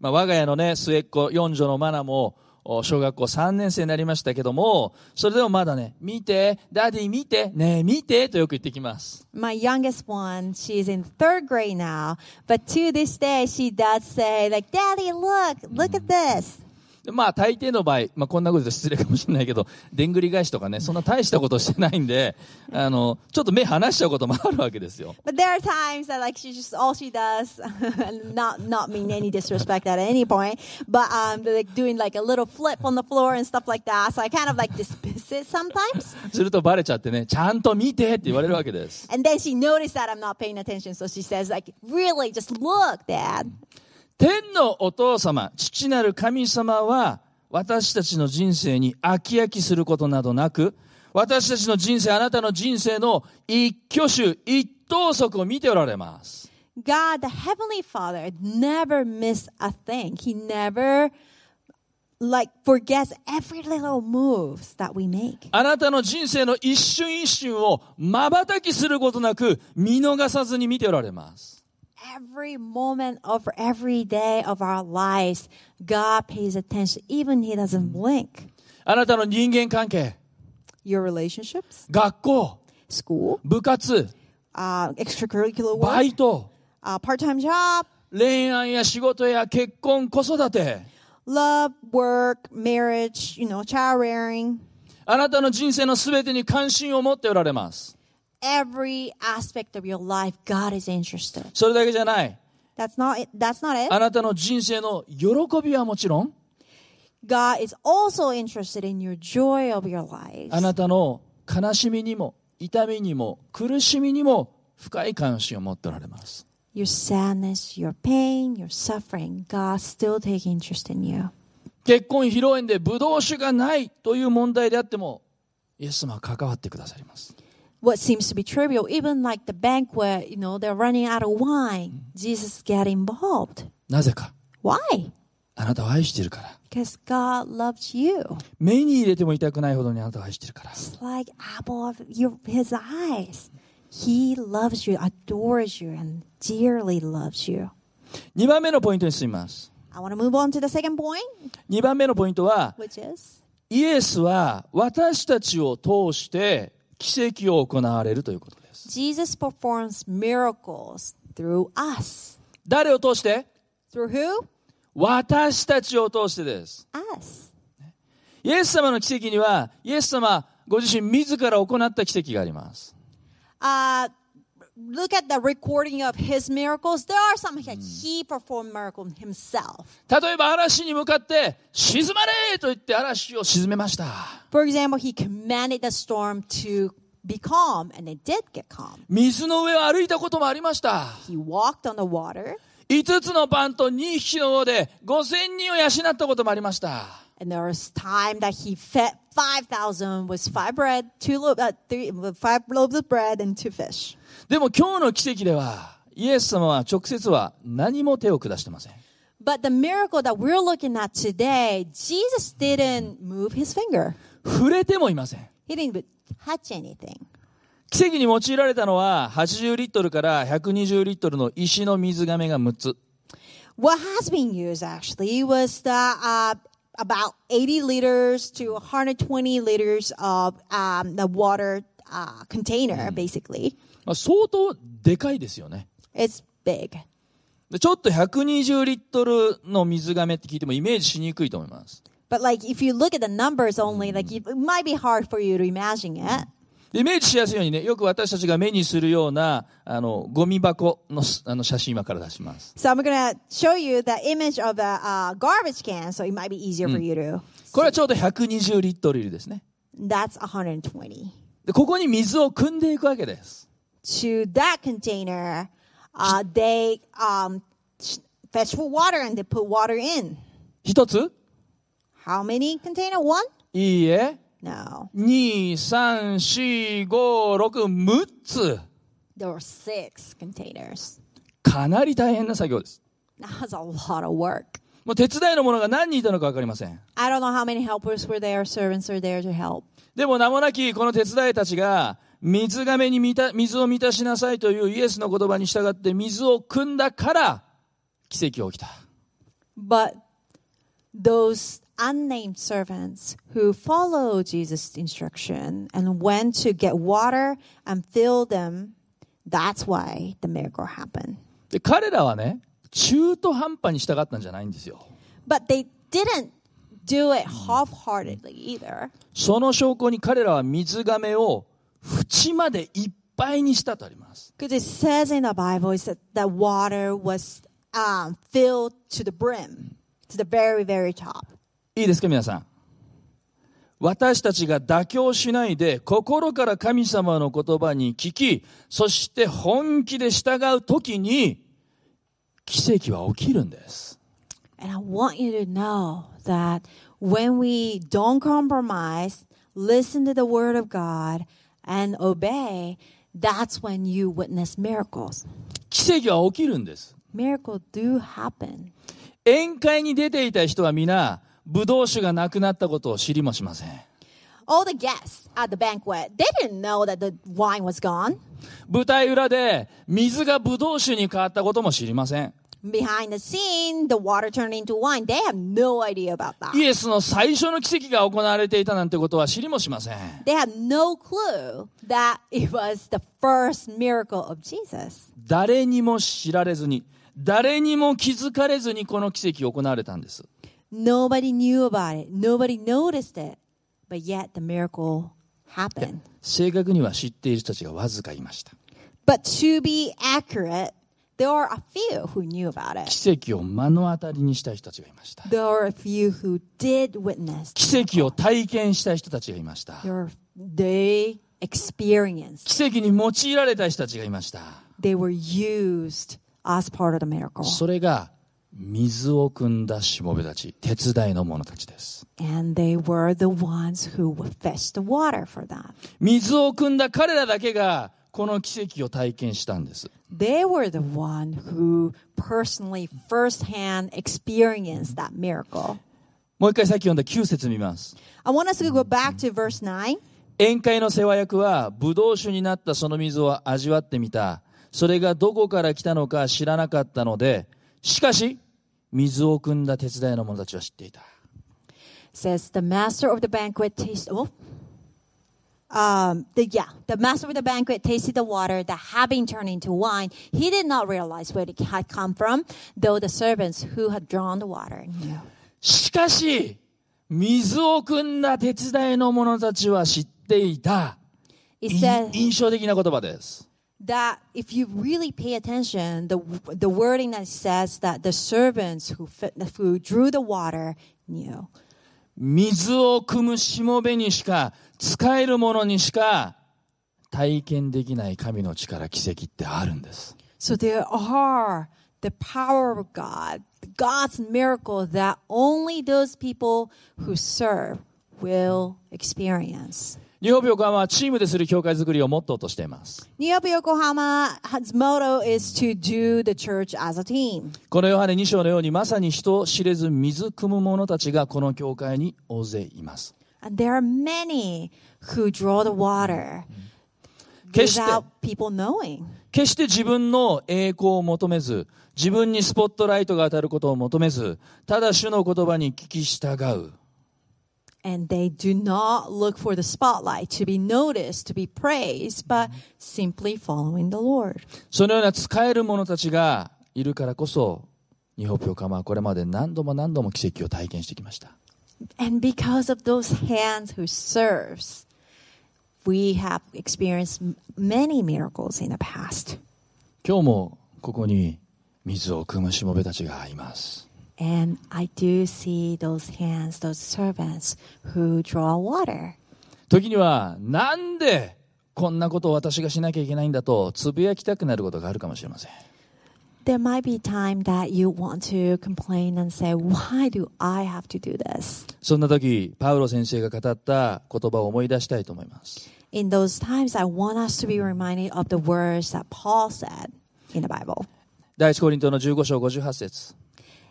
Speaker 2: まあ、我が家のね、末っ子、四女のマナも、お小学校3年生になりましたけども、それでもまだね、見て、ダディ見て、ねえ見て、とよく言ってきます。
Speaker 1: My youngest one, she's in third grade now, but to this day, she does say like, "Daddy, look, look at this."
Speaker 2: でまあ大抵の場合、まあこんなことで失礼かもしれないけど、でんぐり返しとかね、そんな大したことしてないんで、あの、ちょっと目離しちゃうこともあるわけですよ。
Speaker 1: But there are times that like she just all she does, not not mean any disrespect at any point, but um, they're, like doing like a little flip on the floor and stuff like that. So I kind of like dismiss it sometimes,
Speaker 2: するとバレちゃってね、ちゃんと見てって言われるわけです。
Speaker 1: and then she noticed that I'm not paying attention, so she says like, "Really, just look, Dad."
Speaker 2: 天のお父様、父なる神様は、私たちの人生に飽き飽きすることなどなく、私たちの人生、あなたの人生の一挙手、一投足を見ておられます。
Speaker 1: God, the Heavenly Father, never missed a thing. He never like forgets every little moves that we make.
Speaker 2: あなたの人生の一瞬一瞬を瞬きすることなく、見逃さずに見ておられます。
Speaker 1: Every moment of every day of our lives, God pays attention, even He doesn't blink.
Speaker 2: あなたの人間関係、
Speaker 1: Your relationships,
Speaker 2: 学校、
Speaker 1: school,
Speaker 2: 部活、
Speaker 1: uh, extracurricular
Speaker 2: バ
Speaker 1: work,
Speaker 2: イト、
Speaker 1: uh, part-time job,
Speaker 2: 恋愛や仕事や結婚、子育て、
Speaker 1: love, work, marriage, you know, child rearing.
Speaker 2: あなたの人生のすべてに関心を持っておられます。
Speaker 1: Every aspect of your life, God is interested.
Speaker 2: それだけじゃない。
Speaker 1: That's not it. That's not it.
Speaker 2: あなたの人生の喜びはもちろん、
Speaker 1: God is also interested in your joy of your lives.
Speaker 2: あなたの悲しみにも、痛みにも、苦しみにも、深い関心を持っておられます。
Speaker 1: Your sadness, your pain, your suffering, God still take interest in you.
Speaker 2: 結婚披露宴でブドウ酒がないという問題であっても、イエス様は関わってくださります。
Speaker 1: What seems to be trivial, even like the banquet, you know, they're running out of wine. Jesus get involved.
Speaker 2: なぜか、
Speaker 1: Why?
Speaker 2: あなたを愛しているから。
Speaker 1: Because God loved you.
Speaker 2: 目に入れても痛くないほどにあなたを愛しているから。
Speaker 1: It's like apple of your, his eyes. He loves you, adores you, and dearly loves you.
Speaker 2: 2番目のポイントに進みます。
Speaker 1: I want to move on to the second point,
Speaker 2: 2番目のポイントは、
Speaker 1: which is
Speaker 2: イエスは私たちを通して奇跡を行われるということです。
Speaker 1: Jesus performs miracles through us.
Speaker 2: 誰を通して
Speaker 1: Through who?
Speaker 2: 私たちを通してです。
Speaker 1: Us.
Speaker 2: イエス様の奇跡には、イエス様ご自身自ら行った奇跡があります。
Speaker 1: Uh, look at the recording of his miracles. There are some that he performed miracles himself.
Speaker 2: 例えば嵐に向かって、沈まれと言って嵐を沈めました。
Speaker 1: For example, he commanded the storm to be calm, and it did get calm.
Speaker 2: 水の上を歩いたこともありました。
Speaker 1: He walked on the water,
Speaker 2: 5つのパンと2匹の王で5000人を養ったこともありました。
Speaker 1: and there was time that he fed five thousand with five bread, two lo- uh, three, with five loaves of bread and two fish.
Speaker 2: でも今日の奇跡では、イエス様は直接は何も手を下してません。
Speaker 1: But the miracle that we're looking at today, Jesus didn't move his finger.
Speaker 2: 触れてもいません。
Speaker 1: He didn't even touch anything.
Speaker 2: 奇跡に用いられたのは80リットルから120リットルの石の水がめが6つ。
Speaker 1: What has been used actually was the uh, about 80 liters to 120 liters of um, the water uh, container. Basically,
Speaker 2: まあ、相当でかいですよね。
Speaker 1: it's big.
Speaker 2: でちょっと120リットルの水がめって聞いてもイメージしにくいと思います。
Speaker 1: But like, if you look at the numbers only, like it might be hard for you to imagine it.
Speaker 2: でイメージしやすいようにね、よく私たちが目にするような、あの、ゴミ箱のすあの写真今から出します。
Speaker 1: So I'm going to show you the image of a uh, garbage can, so it might be easier for you to.
Speaker 2: これはちょうど120リットル入りですね。
Speaker 1: That's 120.
Speaker 2: で、ここに水を汲んでいくわけです。
Speaker 1: To that container, uh, they um, sh- fetch for water and they put water in.
Speaker 2: 一つ
Speaker 1: How many container? One?
Speaker 2: いいえ。
Speaker 1: No,
Speaker 2: 2、3、4、5、6、6つ。
Speaker 1: there were six containers.
Speaker 2: かなり大変な作業です。
Speaker 1: That was a lot of work.
Speaker 2: もう手伝いの者が何人いたのかわかりません。
Speaker 1: I don't know how many helpers were there, servants were there to help.
Speaker 2: でも名もなきこの手伝いたちが、水がめに満た、水を満たしなさいというイエスの言葉に従って水を汲んだから、奇跡が起きた。
Speaker 3: But those unnamed servants who followed Jesus' instruction and went to get water and fill them,
Speaker 1: That's why the miracle happened.
Speaker 2: で、彼らはね、中途半端に従ったんじゃないんですよ。
Speaker 1: But they didn't do it half heartedly either.
Speaker 2: その証拠に彼らは水がめを縁までいっぱいにしたとあります。
Speaker 1: Because it says in the Bible is that the water was um, filled to the brim, to the very, very top.
Speaker 2: いいですか皆さん。私たちが妥協しないで心から神様の言葉に聞き、そして本気で従うときに奇跡は起きるんです。
Speaker 3: And I want you to know that when we don't compromise, listen to the word of God, and obey, that's when you witness miracles.
Speaker 2: 奇跡は起きるんです。
Speaker 3: Miracles do happen.
Speaker 2: 宴会に出ていた人は皆、ブドウ酒がなくなったことを知りもしません。
Speaker 1: All the guests at the banquet, they didn't know that the wine was gone.
Speaker 2: 舞台裏で水がブドウ酒に変わったことも知りません。
Speaker 1: Behind the scene, the water turned into wine. They have no idea about that.
Speaker 2: イエスの最初の奇跡が行われていたなんてことは知りもしません。
Speaker 1: They had no clue that it was the first miracle of Jesus.
Speaker 2: 誰にも知られずに、誰にも気づかれずにこの奇跡を行われたんです。
Speaker 3: Nobody knew about it. Nobody noticed it. But yet the miracle happened.
Speaker 2: 正確には知っている人たちがわずかいました。
Speaker 1: But to be accurate, there are a few who knew about it.
Speaker 2: 奇跡を目の当たりにした人たちがいました。
Speaker 3: There are a few who did witness.
Speaker 2: 奇跡を体験した人たちがいました。
Speaker 3: There are- they experienced.
Speaker 2: 奇跡に用いられた人たちがいました。
Speaker 3: They were used as part of the miracle.
Speaker 2: それが、水を汲んだしもべたち、手伝いの者たちです。
Speaker 3: And they were the ones who would fetch the water for that.
Speaker 2: 水を汲んだ彼らだけが、この奇跡を体験したんです。
Speaker 3: They were the one who personally firsthand experienced that miracle.
Speaker 2: もう一回さっき読んだ9節見ます。
Speaker 1: I want us to go back to verse 9.
Speaker 2: 宴会の世話役は、ブドウ酒になったその水を味わってみた。それがどこから来たのか知らなかったので、しかし、水を汲んだ手伝いの者たちは知っていた。
Speaker 3: says the master of the banquet tasted oh
Speaker 1: Um, the, yeah, the master of the banquet tasted the water that had been turned into wine. He did not realize where it had come from, though the servants who had drawn the water knew.
Speaker 2: しかし、水を汲んだ手伝いの者たちは知っていた。
Speaker 1: It
Speaker 2: い
Speaker 1: says
Speaker 2: 印象的な言葉です。
Speaker 1: that
Speaker 3: if you really pay attention the the wording that says that the servants who fit, who drew the water knew
Speaker 2: 水を汲むしもべにしか、使える者にしか、体験できない神の力、奇跡ってあるんです。
Speaker 3: so there are the power of god god's miracle that only those people who serve will experience
Speaker 2: 日本横浜はチームでする教会づくりをモットーとしています。
Speaker 1: New York Yokohama's motto is to do the church as a team.
Speaker 2: このヨハネ2章のようにまさに人を知れず水汲む者たちがこの教会に大勢います。
Speaker 3: and there are many who draw the water
Speaker 2: 決して、
Speaker 3: without people knowing
Speaker 2: 決して自分の栄光を求めず、自分にスポットライトが当たることを求めず、ただ主の言葉に聞き従う。
Speaker 3: and they do not look for the spotlight to be noticed, to be praised, but simply following the Lord.
Speaker 2: そのような使える者たちがいるからこそ、日本教会はこれまで何度も何度も奇跡を体験してきました。
Speaker 3: And because of those hands who serves, we have experienced m- many miracles in the past.
Speaker 2: 今日もここに水を汲むしもべたちがいます。
Speaker 3: And I do see those hands, those servants who draw water.
Speaker 2: 時には、なんでこんなことを私がしなきゃいけないんだと、つぶやきたくなることがあるかもしれません。
Speaker 3: There might be time that you want to complain and say, Why do I have to do this?
Speaker 2: そんな時、パウロ先生が語った言葉を思い出したいと思います。
Speaker 3: In those times, I want us to be reminded of the words that Paul said in the Bible,
Speaker 2: 第一コリントの15章58節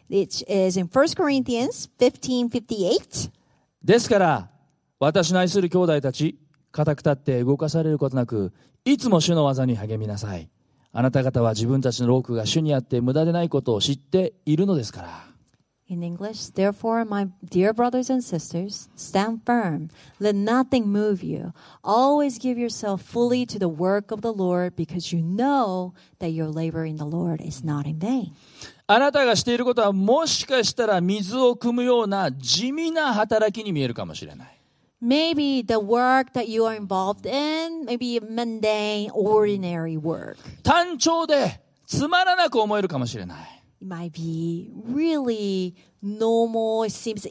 Speaker 3: which is in 1 Corinthians
Speaker 1: 15 58.
Speaker 2: ですから、私の愛する兄弟たち、固く立って動かされることなく、いつも主の技に励みなさい。あなた方は自分たちの労苦が主にあって無駄でないことを知っているのですから。
Speaker 3: In English, therefore, my dear brothers and sisters, stand firm. Let nothing move you. Always give yourself fully to the work of the Lord because you know that your labor in the Lord is not in vain.
Speaker 2: あなたがしていることはもしかしたら水を汲むような地味な働きに見えるかもしれない。
Speaker 3: Maybe the work that you are involved in, maybe mundane, ordinary work,
Speaker 2: 単調でつまらなく思えるかもしれない。
Speaker 3: it might be really normal, it seems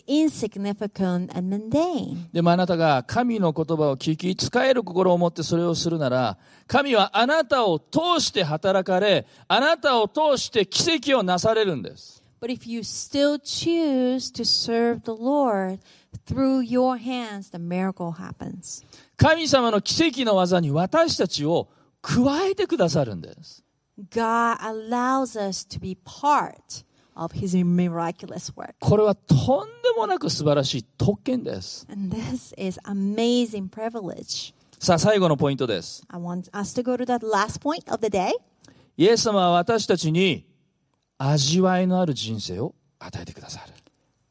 Speaker 3: insignificant and mundane.
Speaker 2: でもあなたが神の言葉を聞き、使える心を持ってそれをするなら、神はあなたを通して働かれ、あなたを通して奇跡をなされるんです。
Speaker 3: But if you still choose to serve the Lord through your hands, the miracle happens.
Speaker 2: 神様の奇跡の技に私たちを加えてくださるんです。
Speaker 3: God allows us to be part of His miraculous work.
Speaker 2: これはとんでもなく素晴らしい特権です。
Speaker 3: And this is amazing privilege.
Speaker 2: さあ最後のポイントです。
Speaker 3: I want us to go to that last point of the day.
Speaker 2: イエス様は私たちに味わいのある人生を与えてくださる。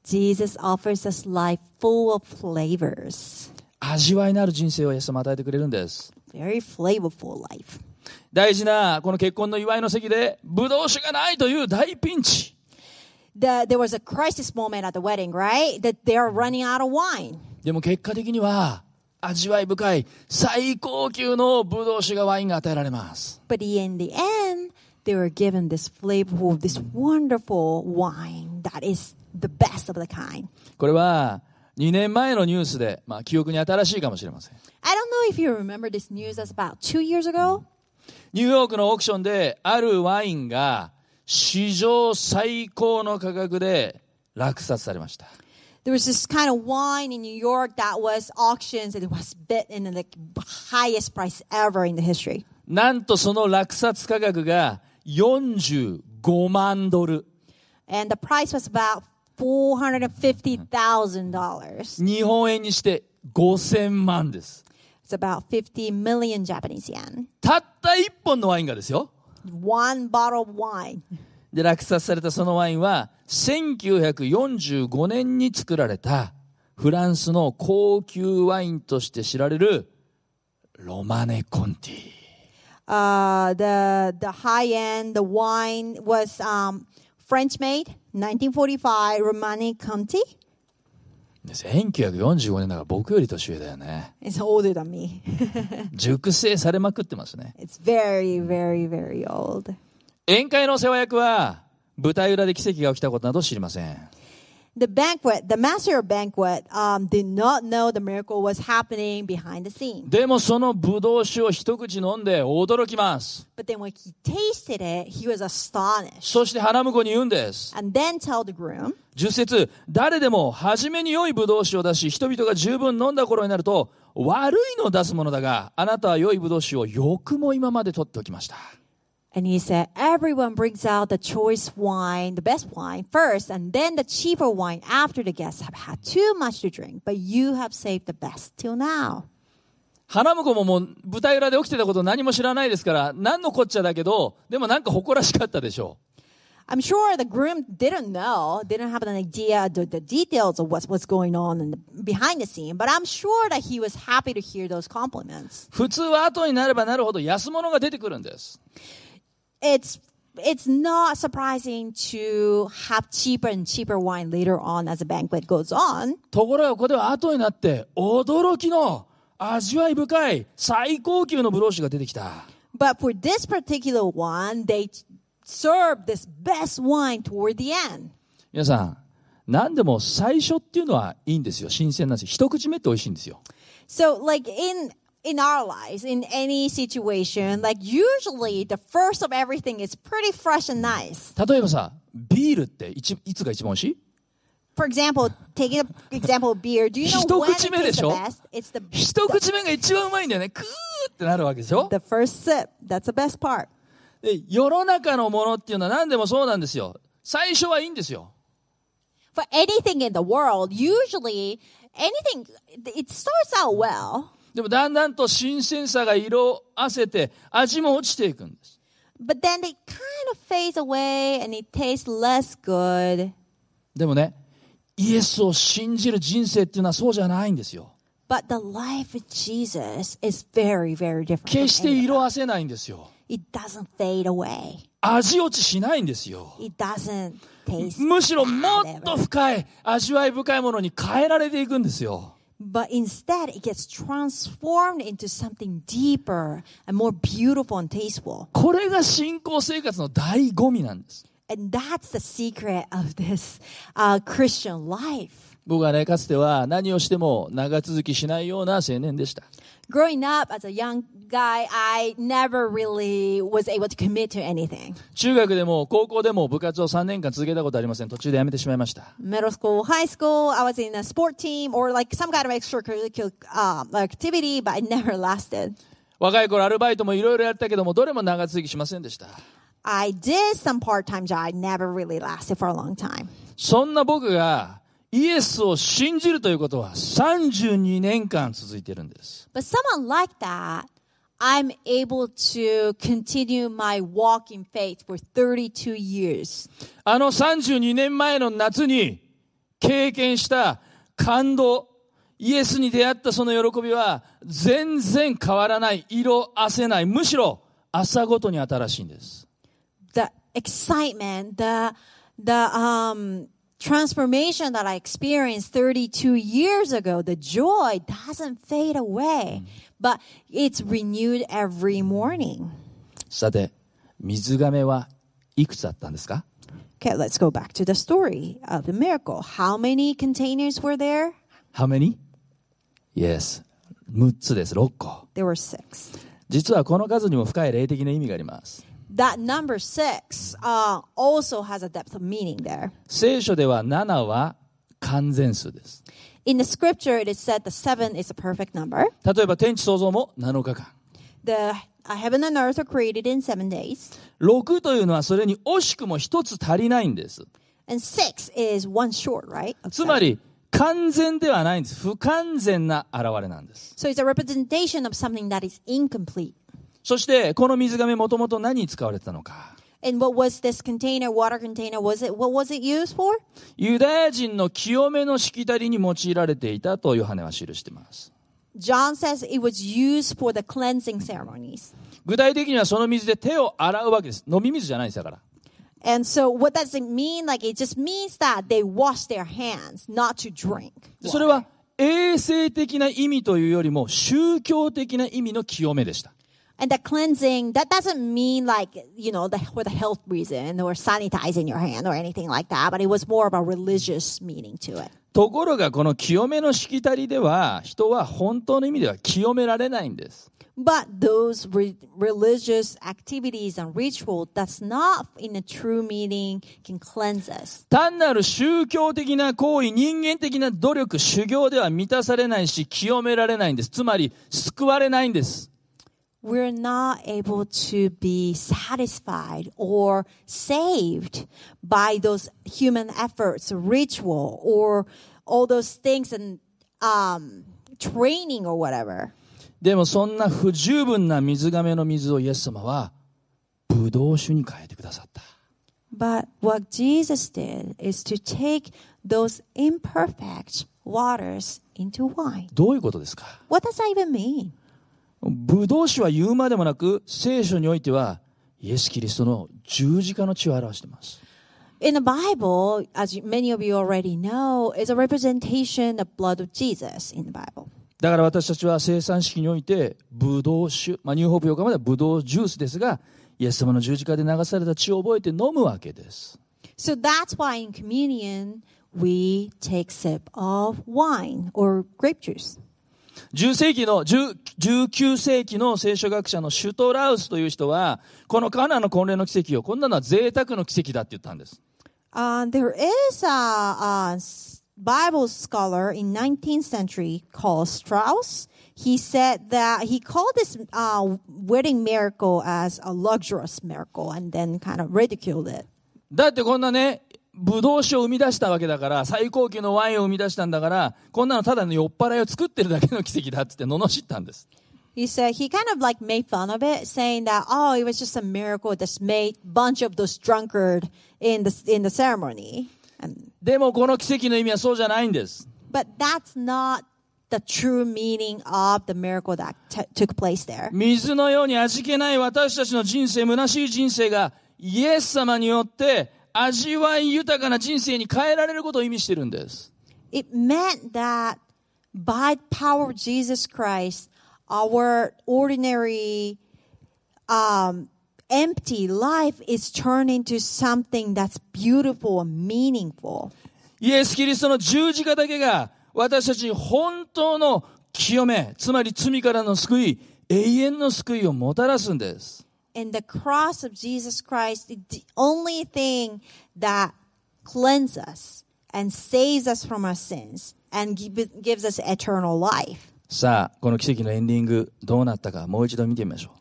Speaker 3: Jesus offers us life full of flavors,
Speaker 2: 味わいのある人生をイエス様は与えてくれるんです。
Speaker 3: very flavorful life.
Speaker 2: 大事なこの結婚の祝いの席で、ブドウ酒がないという大ピンチ。
Speaker 1: The, there was a crisis moment at the wedding, right? That they're running out of wine.
Speaker 2: でも結果的には、味わい深い最高級のブドウ酒がワインが与えられます。
Speaker 3: But in the end, they were given this flavorful, this wonderful wine that is the best of the kind.
Speaker 2: これは2年前のニュースで、まあ記憶に新しいかもしれません。
Speaker 3: I don't know if you remember this news that's about two years ago.
Speaker 2: ニューヨークのオークションであるワインが史上最高の価格で落札されました。
Speaker 1: There was this kind of wine in New York that was auctions and it was bid in the highest price ever in the history.
Speaker 2: なんとその落札価格が45万ドル。
Speaker 1: And the price was about $450,000.
Speaker 2: 日本円にして5000万です。
Speaker 1: It's about 50 million Japanese yen.
Speaker 2: たった1本のワインがですよ。
Speaker 1: One bottle of wine.
Speaker 2: で、落札されたそのワインは、1945年に作られた、フランスの高級ワインとして知られる、ロマネ・コンティ。
Speaker 1: Uh, the the high end, the wine was um, French made, 1945, Romani Conti.
Speaker 2: です1945年だから僕より年上だよね。
Speaker 1: It's older than me.
Speaker 2: 熟成されまくってますね。
Speaker 1: It's very, very, very old.
Speaker 2: 宴会の世話役は、舞台裏で奇跡が起きたことなど知りません。
Speaker 1: The banquet, the master of banquet, um, did not know the miracle was happening behind the scene.
Speaker 2: でもそのブドウ酒を一口飲んで驚きます。
Speaker 1: But then when he tasted it, he was astonished.
Speaker 2: そして花婿に言うんです。
Speaker 1: And then tell the groom,
Speaker 2: 10節誰でも初めに良いブドウ酒を出し、人々が十分飲んだ頃になると、悪いのを出すものだが、あなたは良いブドウ酒をよくも今まで取っておきました。
Speaker 3: And he said, Everyone brings out the choice wine, the best wine first, and then the cheaper wine after the guests have had too much to drink. But you have saved the best till now.
Speaker 2: 花婿ももう舞台裏で起きてたこと何も知らないですから、何のこっちゃだけど、でもなんか誇らしかったでしょう。
Speaker 1: I'm sure the groom didn't know, didn't have an idea the, the details of what's what's going on in the, behind the scene, but I'm sure that he was happy to hear those compliments.
Speaker 2: 普通は後になればなるほど安物が出てくるんです。
Speaker 1: It's it's not surprising to have cheaper and cheaper wine later on as the banquet goes on.
Speaker 2: ところがここでは後になって驚きの味わい深い最高級のブローチが出てきた。
Speaker 1: But for this particular one, they served this best wine toward the end.
Speaker 2: 皆さん、何でも最初っていうのはいいんですよ。新鮮なんですよ。一口目って美味しいんですよ。
Speaker 1: So, like in in our lives, in any situation, like usually the first of everything is pretty fresh and nice.
Speaker 2: 例えばさ、ビールっていちいつが一番美味しい
Speaker 1: For example, taking an example of beer, do you know when it
Speaker 2: 一口目
Speaker 1: tastes the
Speaker 2: でしょ？
Speaker 1: best? It's the
Speaker 2: 一口目が一番うまいんだよね。クーってなるわけでしょ
Speaker 1: the first sip. That's the best part.
Speaker 2: で世の中のものっていうのは何でもそうなんですよ。最初はいいんですよ。
Speaker 1: For anything in the world, usually anything it starts out well,
Speaker 2: でもだんだんと新鮮さが色あせて味も落ちていくんです。
Speaker 1: but then they kind of fades away and it tastes less good.
Speaker 2: でもね、イエスを信じる人生っていうのはそうじゃないんですよ。
Speaker 1: But the life with Jesus is very, very different.
Speaker 2: 決して
Speaker 1: from any of
Speaker 2: 色
Speaker 1: us.
Speaker 2: あせないんですよ。
Speaker 1: It doesn't fade away.
Speaker 2: 味落ちしないんですよ。
Speaker 1: It doesn't taste.
Speaker 2: むしろ
Speaker 1: bad
Speaker 2: も
Speaker 1: ever.
Speaker 2: っと深い、味わい深いものに変えられていくんですよ。
Speaker 1: But instead, it gets transformed into something deeper and more beautiful and tasteful.
Speaker 2: これが信仰生活の醍醐味なんです。
Speaker 1: And that's the secret of this uh, Christian life.
Speaker 2: 僕はね、かつては何をしても長続きしないような青年でした。
Speaker 1: Growing up as a young guy, I never really was able to commit to anything.
Speaker 2: 中学でも高校でも部活を3年間続けたことありません。途中で辞めてしまいました。
Speaker 1: Middle school, high school, I was in a sport team or like some kind of extracurricular um, activity, but it never lasted.
Speaker 2: 若い頃アルバイトもいろいろやったけども、どれも長続きしませんでした。
Speaker 1: I did some part-time job. I never really lasted for a long time.
Speaker 2: そんな僕がイエスを信じるということは32年間続いてるんです。
Speaker 1: But someone like that, I'm able to continue my walk in faith for 32 years.
Speaker 2: あの32年前の夏に経験した感動、イエスに出会ったその喜びは全然変わらない、色褪せない、むしろ朝ごとに新しいんです。
Speaker 1: The excitement, the the um transformation that I experienced 32 years ago, the joy doesn't fade away, but it's renewed every morning.
Speaker 2: さて、水亀はいくつあったんですか
Speaker 1: Okay, let's go back to the story of the miracle. How many containers were there?
Speaker 2: How many? Yes. 6つです、6個。
Speaker 1: There were 6.
Speaker 2: 実はこの数にも深い霊的な意味があります。
Speaker 1: that number six uh, also has a depth of meaning there.
Speaker 2: 聖書では7は完全数です。
Speaker 1: In the scripture, it is said the seven is a perfect number.
Speaker 2: 例えば天地創造も7日間。
Speaker 1: The uh, heaven and earth are created in seven days,
Speaker 2: 6というのはそれに惜しくも1つ足りないんです。
Speaker 1: and six is one short, right? of
Speaker 2: つ
Speaker 1: seven.
Speaker 2: まり完全ではないんです。不完全な現れなんです。
Speaker 1: So it's a representation of something that is incomplete.
Speaker 2: そしてこの水亀もともと何に使われてたのか。
Speaker 1: And what was this container, water container? Was it what was it used for?
Speaker 2: ユダヤ人の清めのしきたりに用いられていたとヨハネは記しています。
Speaker 1: John says it was used for the cleansing ceremonies.
Speaker 2: 具体的にはその水で手を洗うわけです。飲み水じゃないんですだから。
Speaker 1: And so, what does it mean? Like, it just means that they wash their hands, not to drink.
Speaker 2: でそれは衛生的な意味というよりも宗教的な意味の清めでした。
Speaker 1: And the cleansing, that doesn't mean like, you know, the, for the health reason or sanitizing your hand or anything like that, but it was more of a religious meaning to it.
Speaker 2: ところがこの清めのしきたりでは人は本当の意味では清められないんです。
Speaker 1: But those re- religious activities and ritual that's not in a true meaning can cleanse us.
Speaker 2: 単なる宗教的な行為、人間的な努力、修行では満たされないし、清められないんです。つまり、救われないんです。
Speaker 1: We're not able to be satisfied or saved by those human efforts, ritual, or all those things and um, training or whatever.
Speaker 2: でも、そんな不十分な水亀の水をイエス様は、ブドウ酒に変えてくださった。
Speaker 1: But what Jesus did is to take those imperfect waters into wine.
Speaker 2: どういうことですか
Speaker 1: What does that even mean?
Speaker 2: ブドウ酒は言うまでもなく、聖書においては、イエス・キリストの十字架の血を表しています。
Speaker 1: In the Bible, as you- many of you already know, is a representation of blood of Jesus in the Bible.
Speaker 2: だから私たちは生産式において、ブドウ酒、まあ、ニューホープ横浜ではブドウジュースですが、イエス様の十字架で流された血を覚えて飲むわけです。
Speaker 3: So that's why in communion we take sip of wine or grape juice.
Speaker 2: 10世紀の、10 19世紀の聖書学者のシュトラウスという人は、このカナの婚礼の奇跡を、こんなのは贅沢の奇跡だって言ったんです。
Speaker 1: Uh, there is a, a s- Bible scholar in 19th century called Strauss. He said that he called this uh, wedding miracle as a luxurious miracle and then kind of ridiculed it.
Speaker 2: だってこんなね、ブドウ酒を生み出したわけだから、最高級のワインを生み出したんだから、こんなのただの酔っ払いを作ってるだけの奇跡だって言って罵ったんです。
Speaker 1: He said he kind of like made fun of it, saying that oh, it was just a miracle that's made bunch of those drunkard in the in the ceremony. And,
Speaker 2: でもこの奇跡の意味はそうじゃないんです。
Speaker 1: but that's not the true meaning of the miracle that t- took place there.
Speaker 2: 水のように味気ない私たちの人生、虚しい人生が、イエス様によって、味わい豊かな人生に変えられることを意味してるんです。
Speaker 1: It meant that by the power of Jesus Christ, our ordinary, um, empty life is turned into something that's beautiful and meaningful.
Speaker 2: イエス・キリストの十字架だけが、私たちに本当の清め、つまり罪からの救い、永遠の救いをもたらすんです。
Speaker 1: And the cross of Jesus Christ is the only thing that cleanses us and saves us from our sins and give- gives us eternal life.
Speaker 2: さあ、この奇跡のエンディング、どうなったか、もう一度見てみましょ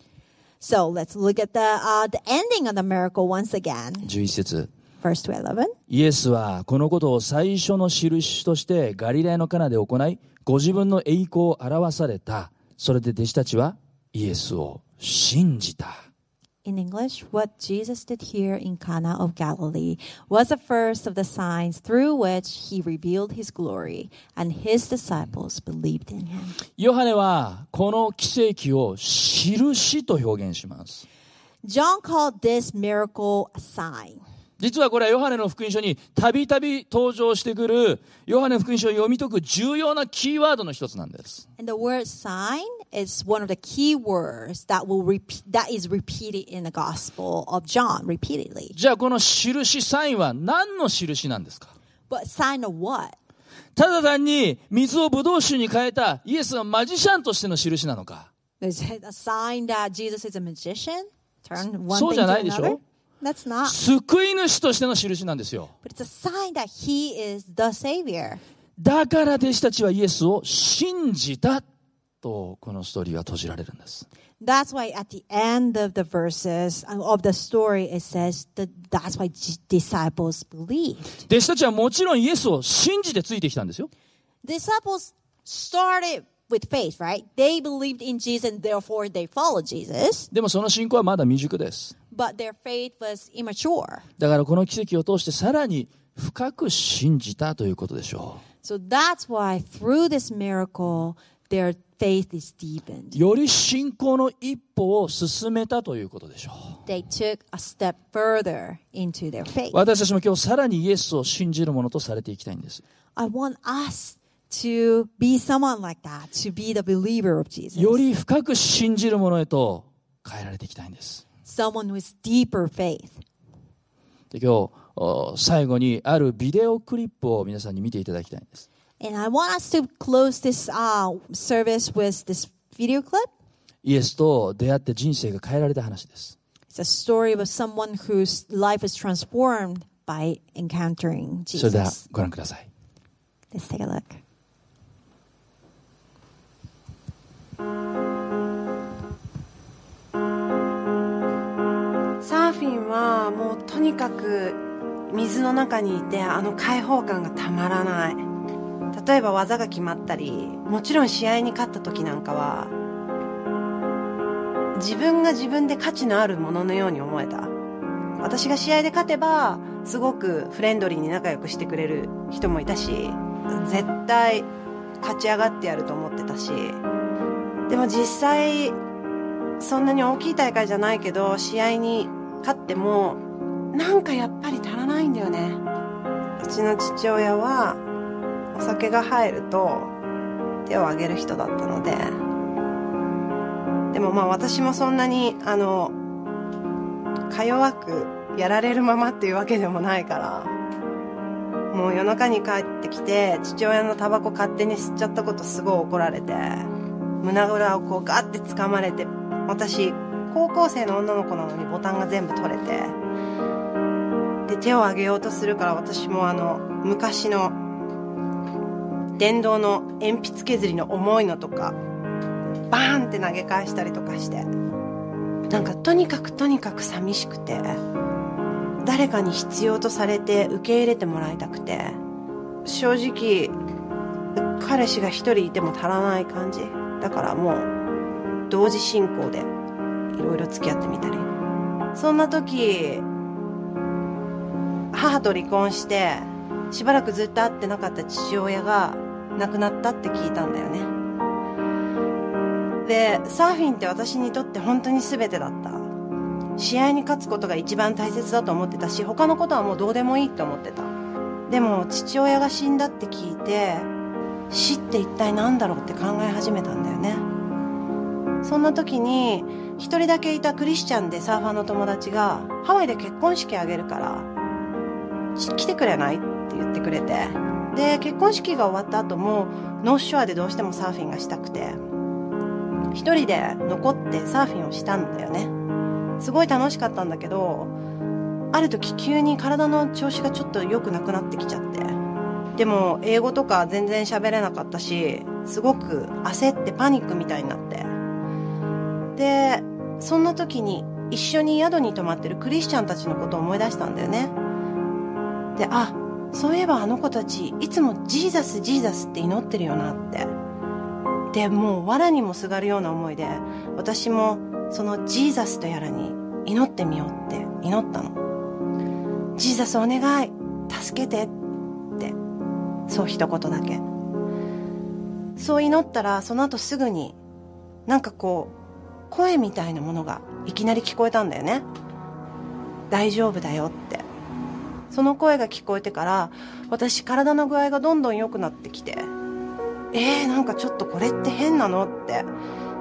Speaker 1: So let's look at the uh, the ending of the miracle once again.
Speaker 2: う。11節。
Speaker 1: Verse to eleven.
Speaker 2: イエスは、このことを最初の印として、ガリラヤのカナで行い、ご自分の栄光を表された。それで弟子たちは、イエスを信じた。
Speaker 3: In English, what Jesus did here in Cana of Galilee was the first of the signs through which he revealed his glory, and his disciples believed in him.
Speaker 2: ヨハネは、この奇跡を、印と表現します。
Speaker 1: John called this miracle a sign.
Speaker 2: 実はこれはヨハネの福音書に、たびたび登場してくる、ヨハネ福音書を読み解く重要なキーワードの一つなんです。
Speaker 1: And the word sign is one of the key words that will repeat, that is repeated in the gospel of John repeatedly.
Speaker 2: じゃあ、この印、サインは何の印なんですか
Speaker 1: But sign of what?
Speaker 2: ただ単に水をブドウ酒に変えたイエスはマジシャンとしての印なのか
Speaker 1: Is it a sign that Jesus is a magician? Turn one
Speaker 2: そう
Speaker 1: thing
Speaker 2: じゃ
Speaker 1: to
Speaker 2: ないでし
Speaker 1: another?
Speaker 2: ょ
Speaker 1: That's not.
Speaker 2: 救い主としての印なんですよ
Speaker 1: But it's a sign that he is the savior.
Speaker 2: だから弟子たちはイエスを信じたとこのストーリーは閉じられるんです
Speaker 1: That's why at the end of the verses uh, of the story, it says that that's why j- disciples believed.
Speaker 2: 弟子たちはもちろんイエスを信じてついてきたんですよ
Speaker 1: Disciples started with faith, right? They believed in Jesus and therefore they followed Jesus,
Speaker 2: でもその信仰はまだ未熟です
Speaker 1: but their faith was immature.
Speaker 2: だからこの奇跡を通してさらに深く信じたということでしょ
Speaker 1: So that's why through this miracle, their faith is deepened.
Speaker 2: うより信仰の一歩を進めたということでしょう
Speaker 1: They took a step further into their faith.
Speaker 2: 私たちも今日さらにイエスを信じるものとされていきたいんです
Speaker 1: I want us to be someone like that, to be the believer of Jesus.
Speaker 2: より深く信じるものへと変えられていきたいんです。
Speaker 1: someone with deeper faith.
Speaker 2: で今日お最後にあるビデオクリップを皆さんに見ていただきたいんです。
Speaker 1: And I want us to close this uh, service with this video clip.
Speaker 2: イエスと出会って人生が変えられた話です。
Speaker 1: It's a story of someone whose life is transformed by encountering
Speaker 2: それでは
Speaker 1: Jesus.
Speaker 2: ご覧ください。
Speaker 1: Let's take a look.
Speaker 4: サーフィンはもうとにかく水の中にいてあの開放感がたまらない例えば技が決まったりもちろん試合に勝った時なんかは自分が自分で価値のあるもののように思えた私が試合で勝てばすごくフレンドリーに仲良くしてくれる人もいたし絶対勝ち上がってやると思ってたしでも実際そんなに大きい大会じゃないけど試合に勝ってもなんかやっぱり足らないんだよねうちの父親はお酒が入ると手を挙げる人だったのででもまあ私もそんなにあのか弱くやられるままっていうわけでもないからもう夜中に帰ってきて父親のタバコ勝手に吸っちゃったことすごい怒られて胸ぐらをこうガッて掴まれて私高校生の女の子なのにボタンが全部取れてで手を上げようとするから私もあの昔の電動の鉛筆削りの重いのとかバーンって投げ返したりとかしてなんかとにかくとにかく寂しくて誰かに必要とされて受け入れてもらいたくて正直彼氏が一人いても足らない感じだからもう同時進行でいろいろ付き合ってみたりそんな時母と離婚してしばらくずっと会ってなかった父親が亡くなったって聞いたんだよねでサーフィンって私にとって本当に全てだった試合に勝つことが一番大切だと思ってたし他のことはもうどうでもいいと思ってたでも父親が死んだって聞いて死って一体何だろうって考え始めたんだよねそんな時に一人だけいたクリスチャンでサーファーの友達がハワイで結婚式あげるからし来てくれないって言ってくれてで結婚式が終わった後もノースショアでどうしてもサーフィンがしたくて一人で残ってサーフィンをしたんだよねすごい楽しかったんだけどある時急に体の調子がちょっと良くなくなってきちゃってでも英語とか全然喋れなかったしすごく焦ってパニックみたいになってでそんな時に一緒に宿に泊まってるクリスチャンたちのことを思い出したんだよねであそういえばあの子たちいつもジーザスジーザスって祈ってるよなってでもう藁にもすがるような思いで私もそのジーザスとやらに祈ってみようって祈ったのジーザスお願い助けてってそう一言だけそう祈ったらその後すぐになんかこう声みたいなものがいきなり聞こえたんだよね大丈夫だよってその声が聞こえてから私体の具合がどんどん良くなってきてえー、なんかちょっとこれって変なのって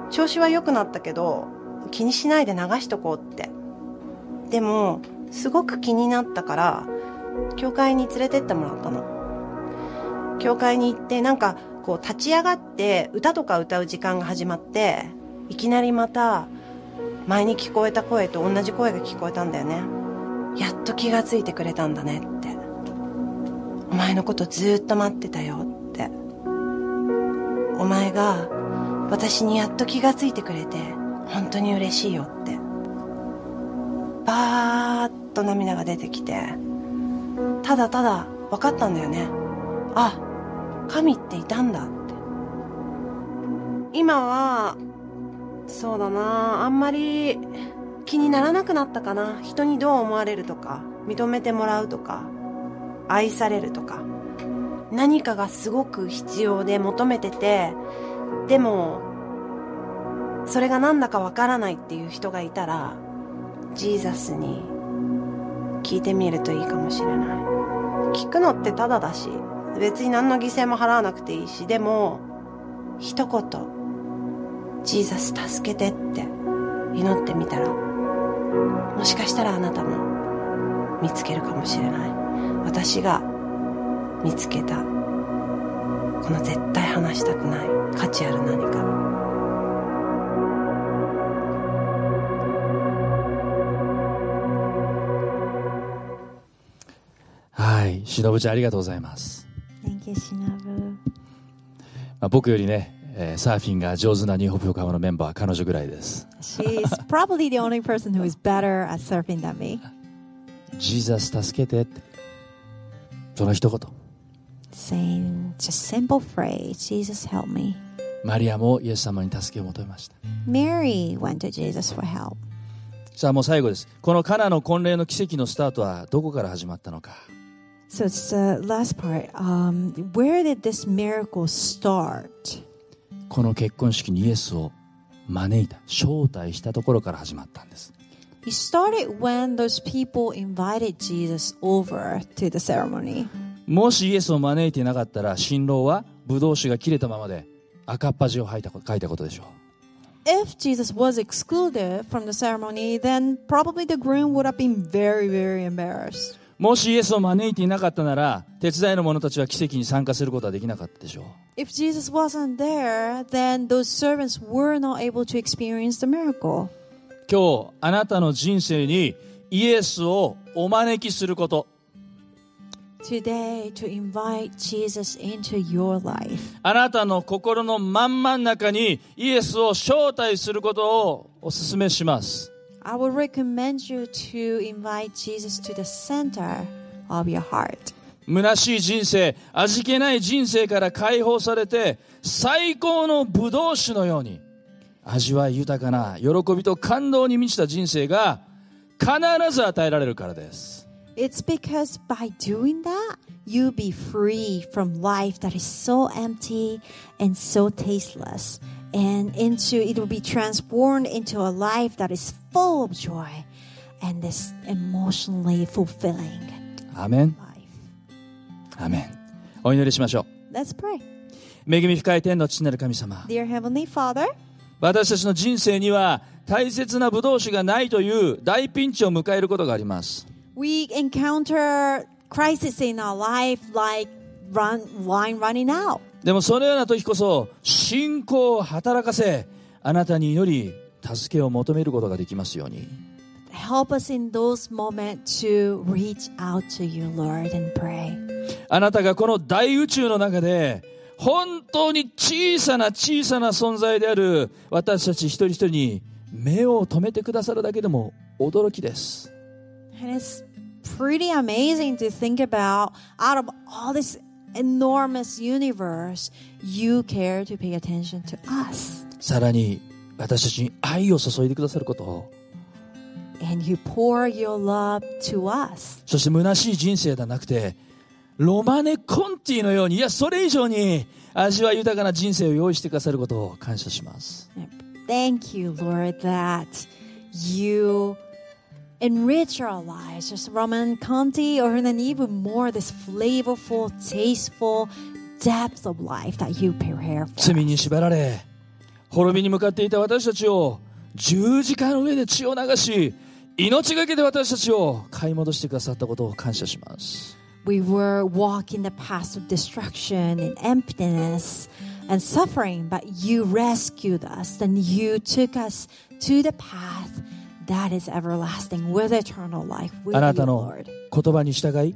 Speaker 4: 調子は良くなったけど気にしないで流しとこうってでもすごく気になったから教会に連れてってもらったの教会に行ってなんかこう立ち上がって歌とか歌う時間が始まっていきなりまた前に聞こえた声と同じ声が聞こえたんだよねやっと気がついてくれたんだねってお前のことずーっと待ってたよってお前が私にやっと気がついてくれて本当に嬉しいよってバーッと涙が出てきてただただ分かったんだよねあ神っていたんだって今はそうだなあんまり気にならなくなったかな人にどう思われるとか認めてもらうとか愛されるとか何かがすごく必要で求めててでもそれが何だかわからないっていう人がいたらジーザスに聞いてみるといいかもしれない聞くのってタダだし別に何の犠牲も払わなくていいしでも一言「ジーザス助けて」って祈ってみたらもしかしたらあなたも見つけるかもしれない私が見つけたこの絶対話したくない価値ある何か
Speaker 2: はい、しのぶちゃんありがとうございます。
Speaker 3: Thank you, Shinobu.
Speaker 2: まあ、僕よりね、えーサーフィンが上手なニューホピオカハマのメンバーは彼女ぐらいです。
Speaker 1: She's probably the only person who is better at surfing than me.
Speaker 2: ジーザス助けてって。その一言。
Speaker 1: Saying just simple phrase, Jesus help me.
Speaker 2: マリアもイエス様に助けを求めました。
Speaker 1: Mary went to Jesus for help.
Speaker 2: さあもう最後です。このカナの婚礼の奇跡のスタートはどこから始まったのか。
Speaker 1: So it's the last part. Um, where did this miracle start?
Speaker 2: この結婚式にイエスを招いた、招待したところから始まったんです。
Speaker 1: It started when those people invited Jesus over to the ceremony.
Speaker 2: もしイエスを招いていなかったら新郎はブドウ酒が切れたままで赤っ恥を吐いたこと書いたことでしょう
Speaker 1: If Jesus was excluded from the ceremony, then probably the groom would have been very, very embarrassed.
Speaker 2: もしイエスを招いていなかったなら手伝いの者たちは奇跡に参加することはできなかったでしょう
Speaker 1: If Jesus wasn't there, then those servants were not able to experience the miracle.
Speaker 2: 今日あなたの人生にイエスをお招きすること
Speaker 1: Today, to invite Jesus into your life,
Speaker 2: あなたの心の真ん真ん中にイエスを招待することをお勧めします
Speaker 1: I would recommend you to invite Jesus to the center of your heart.
Speaker 2: 虚しい人生味気ない人生から解放されて最高のブドウ酒のように味わい豊かな喜びと感動に満ちた人生が必ず与えられるからです
Speaker 1: It's because by doing that, you'll be free from life that is so empty and so tasteless. And into it will be transformed into a life that is full of joy and is emotionally fulfilling
Speaker 2: アメン
Speaker 1: life.
Speaker 2: アメンお祈りしましょ
Speaker 1: Let's pray.
Speaker 2: う恵み深い天の父なる神様
Speaker 1: Dear Heavenly Father,
Speaker 2: 私たちの人生には大切なブドウ酒がないという大ピンチを迎えることがあります
Speaker 1: we encounter crisis in our life like run, wine running out.
Speaker 2: でもそのような時こそ信仰を働かせあなたに祈り助けを求めることができますように
Speaker 1: Help us in those moments to reach out to you, Lord, and pray.
Speaker 2: あなたがこの大宇宙の中で本当に小さな小さな存在である私たち一人一人に目を留めてくださるだけでも驚きです
Speaker 1: And it's pretty amazing to think about out of all this enormous universe, you care to pay attention to us.
Speaker 2: さらに私たちに愛を注いでくださることを
Speaker 1: And you pour your love to us.
Speaker 2: そして虚しい人生ではなくて、ロマネ・コンティのように、いや、それ以上に味わい豊かな人生を用意してくださることを感謝します。
Speaker 1: Thank you, Lord, that you enrich our lives. Just Roman Conti or an even more this flavorful, tasteful depth of life that you prepare for.
Speaker 2: 罪に縛られ、滅びに向かっていた私たちを十字架の上で血を流し、命がけで私たちを買い戻してくださったことを感謝します。
Speaker 1: We were walking the path of destruction and emptiness and suffering, but you rescued us and you took us to the path that is everlasting with eternal life with
Speaker 2: あ
Speaker 1: you,
Speaker 2: なたの
Speaker 1: Lord.
Speaker 2: 言葉に従い、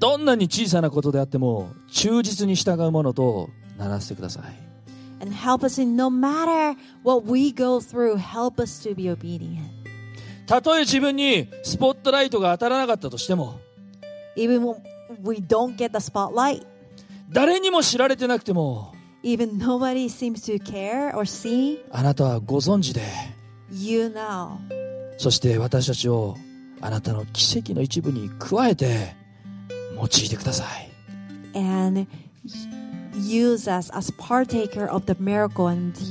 Speaker 2: どんなに小さなことであっても、忠実に従うものとならせてください。
Speaker 1: And help us in no matter what we go through, help us to be obedient.
Speaker 2: たとえ自分にスポットライトが当たらなかったとしても
Speaker 1: Even when we don't get the spotlight,
Speaker 2: 誰にも知られてなくても
Speaker 1: even nobody seems to care or see,
Speaker 2: あなたはご存知で
Speaker 1: you know.
Speaker 2: そして私たちをあなたの奇跡の一部に加えて用いてください
Speaker 1: and use us as partaker of the miracle and the-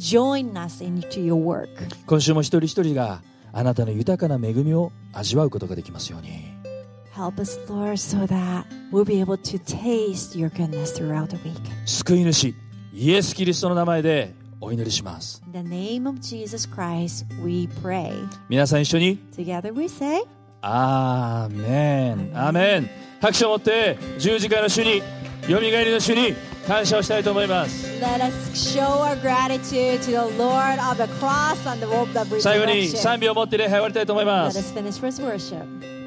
Speaker 1: join us into your work.
Speaker 2: 今週も一人一人があなたの豊かな恵みを味わうことができますように
Speaker 1: Help us, Lord, so that we'll be able to taste your goodness throughout the week.
Speaker 2: 救い主イエス・キリストの名前でお祈りします
Speaker 1: In the name of Jesus Christ, we pray.
Speaker 2: 皆さん一緒に
Speaker 1: Together we say,
Speaker 2: アーメンアーメン拍手を持って十字架の主によみがえりの主に感謝をしたいと思います
Speaker 1: Let us show our gratitude to the Lord of the cross and the robe of
Speaker 2: 最後に
Speaker 1: resurrection.
Speaker 2: 賛美を持って礼拝終わりたいと思いま
Speaker 1: Let
Speaker 2: す。
Speaker 1: us finish with worship.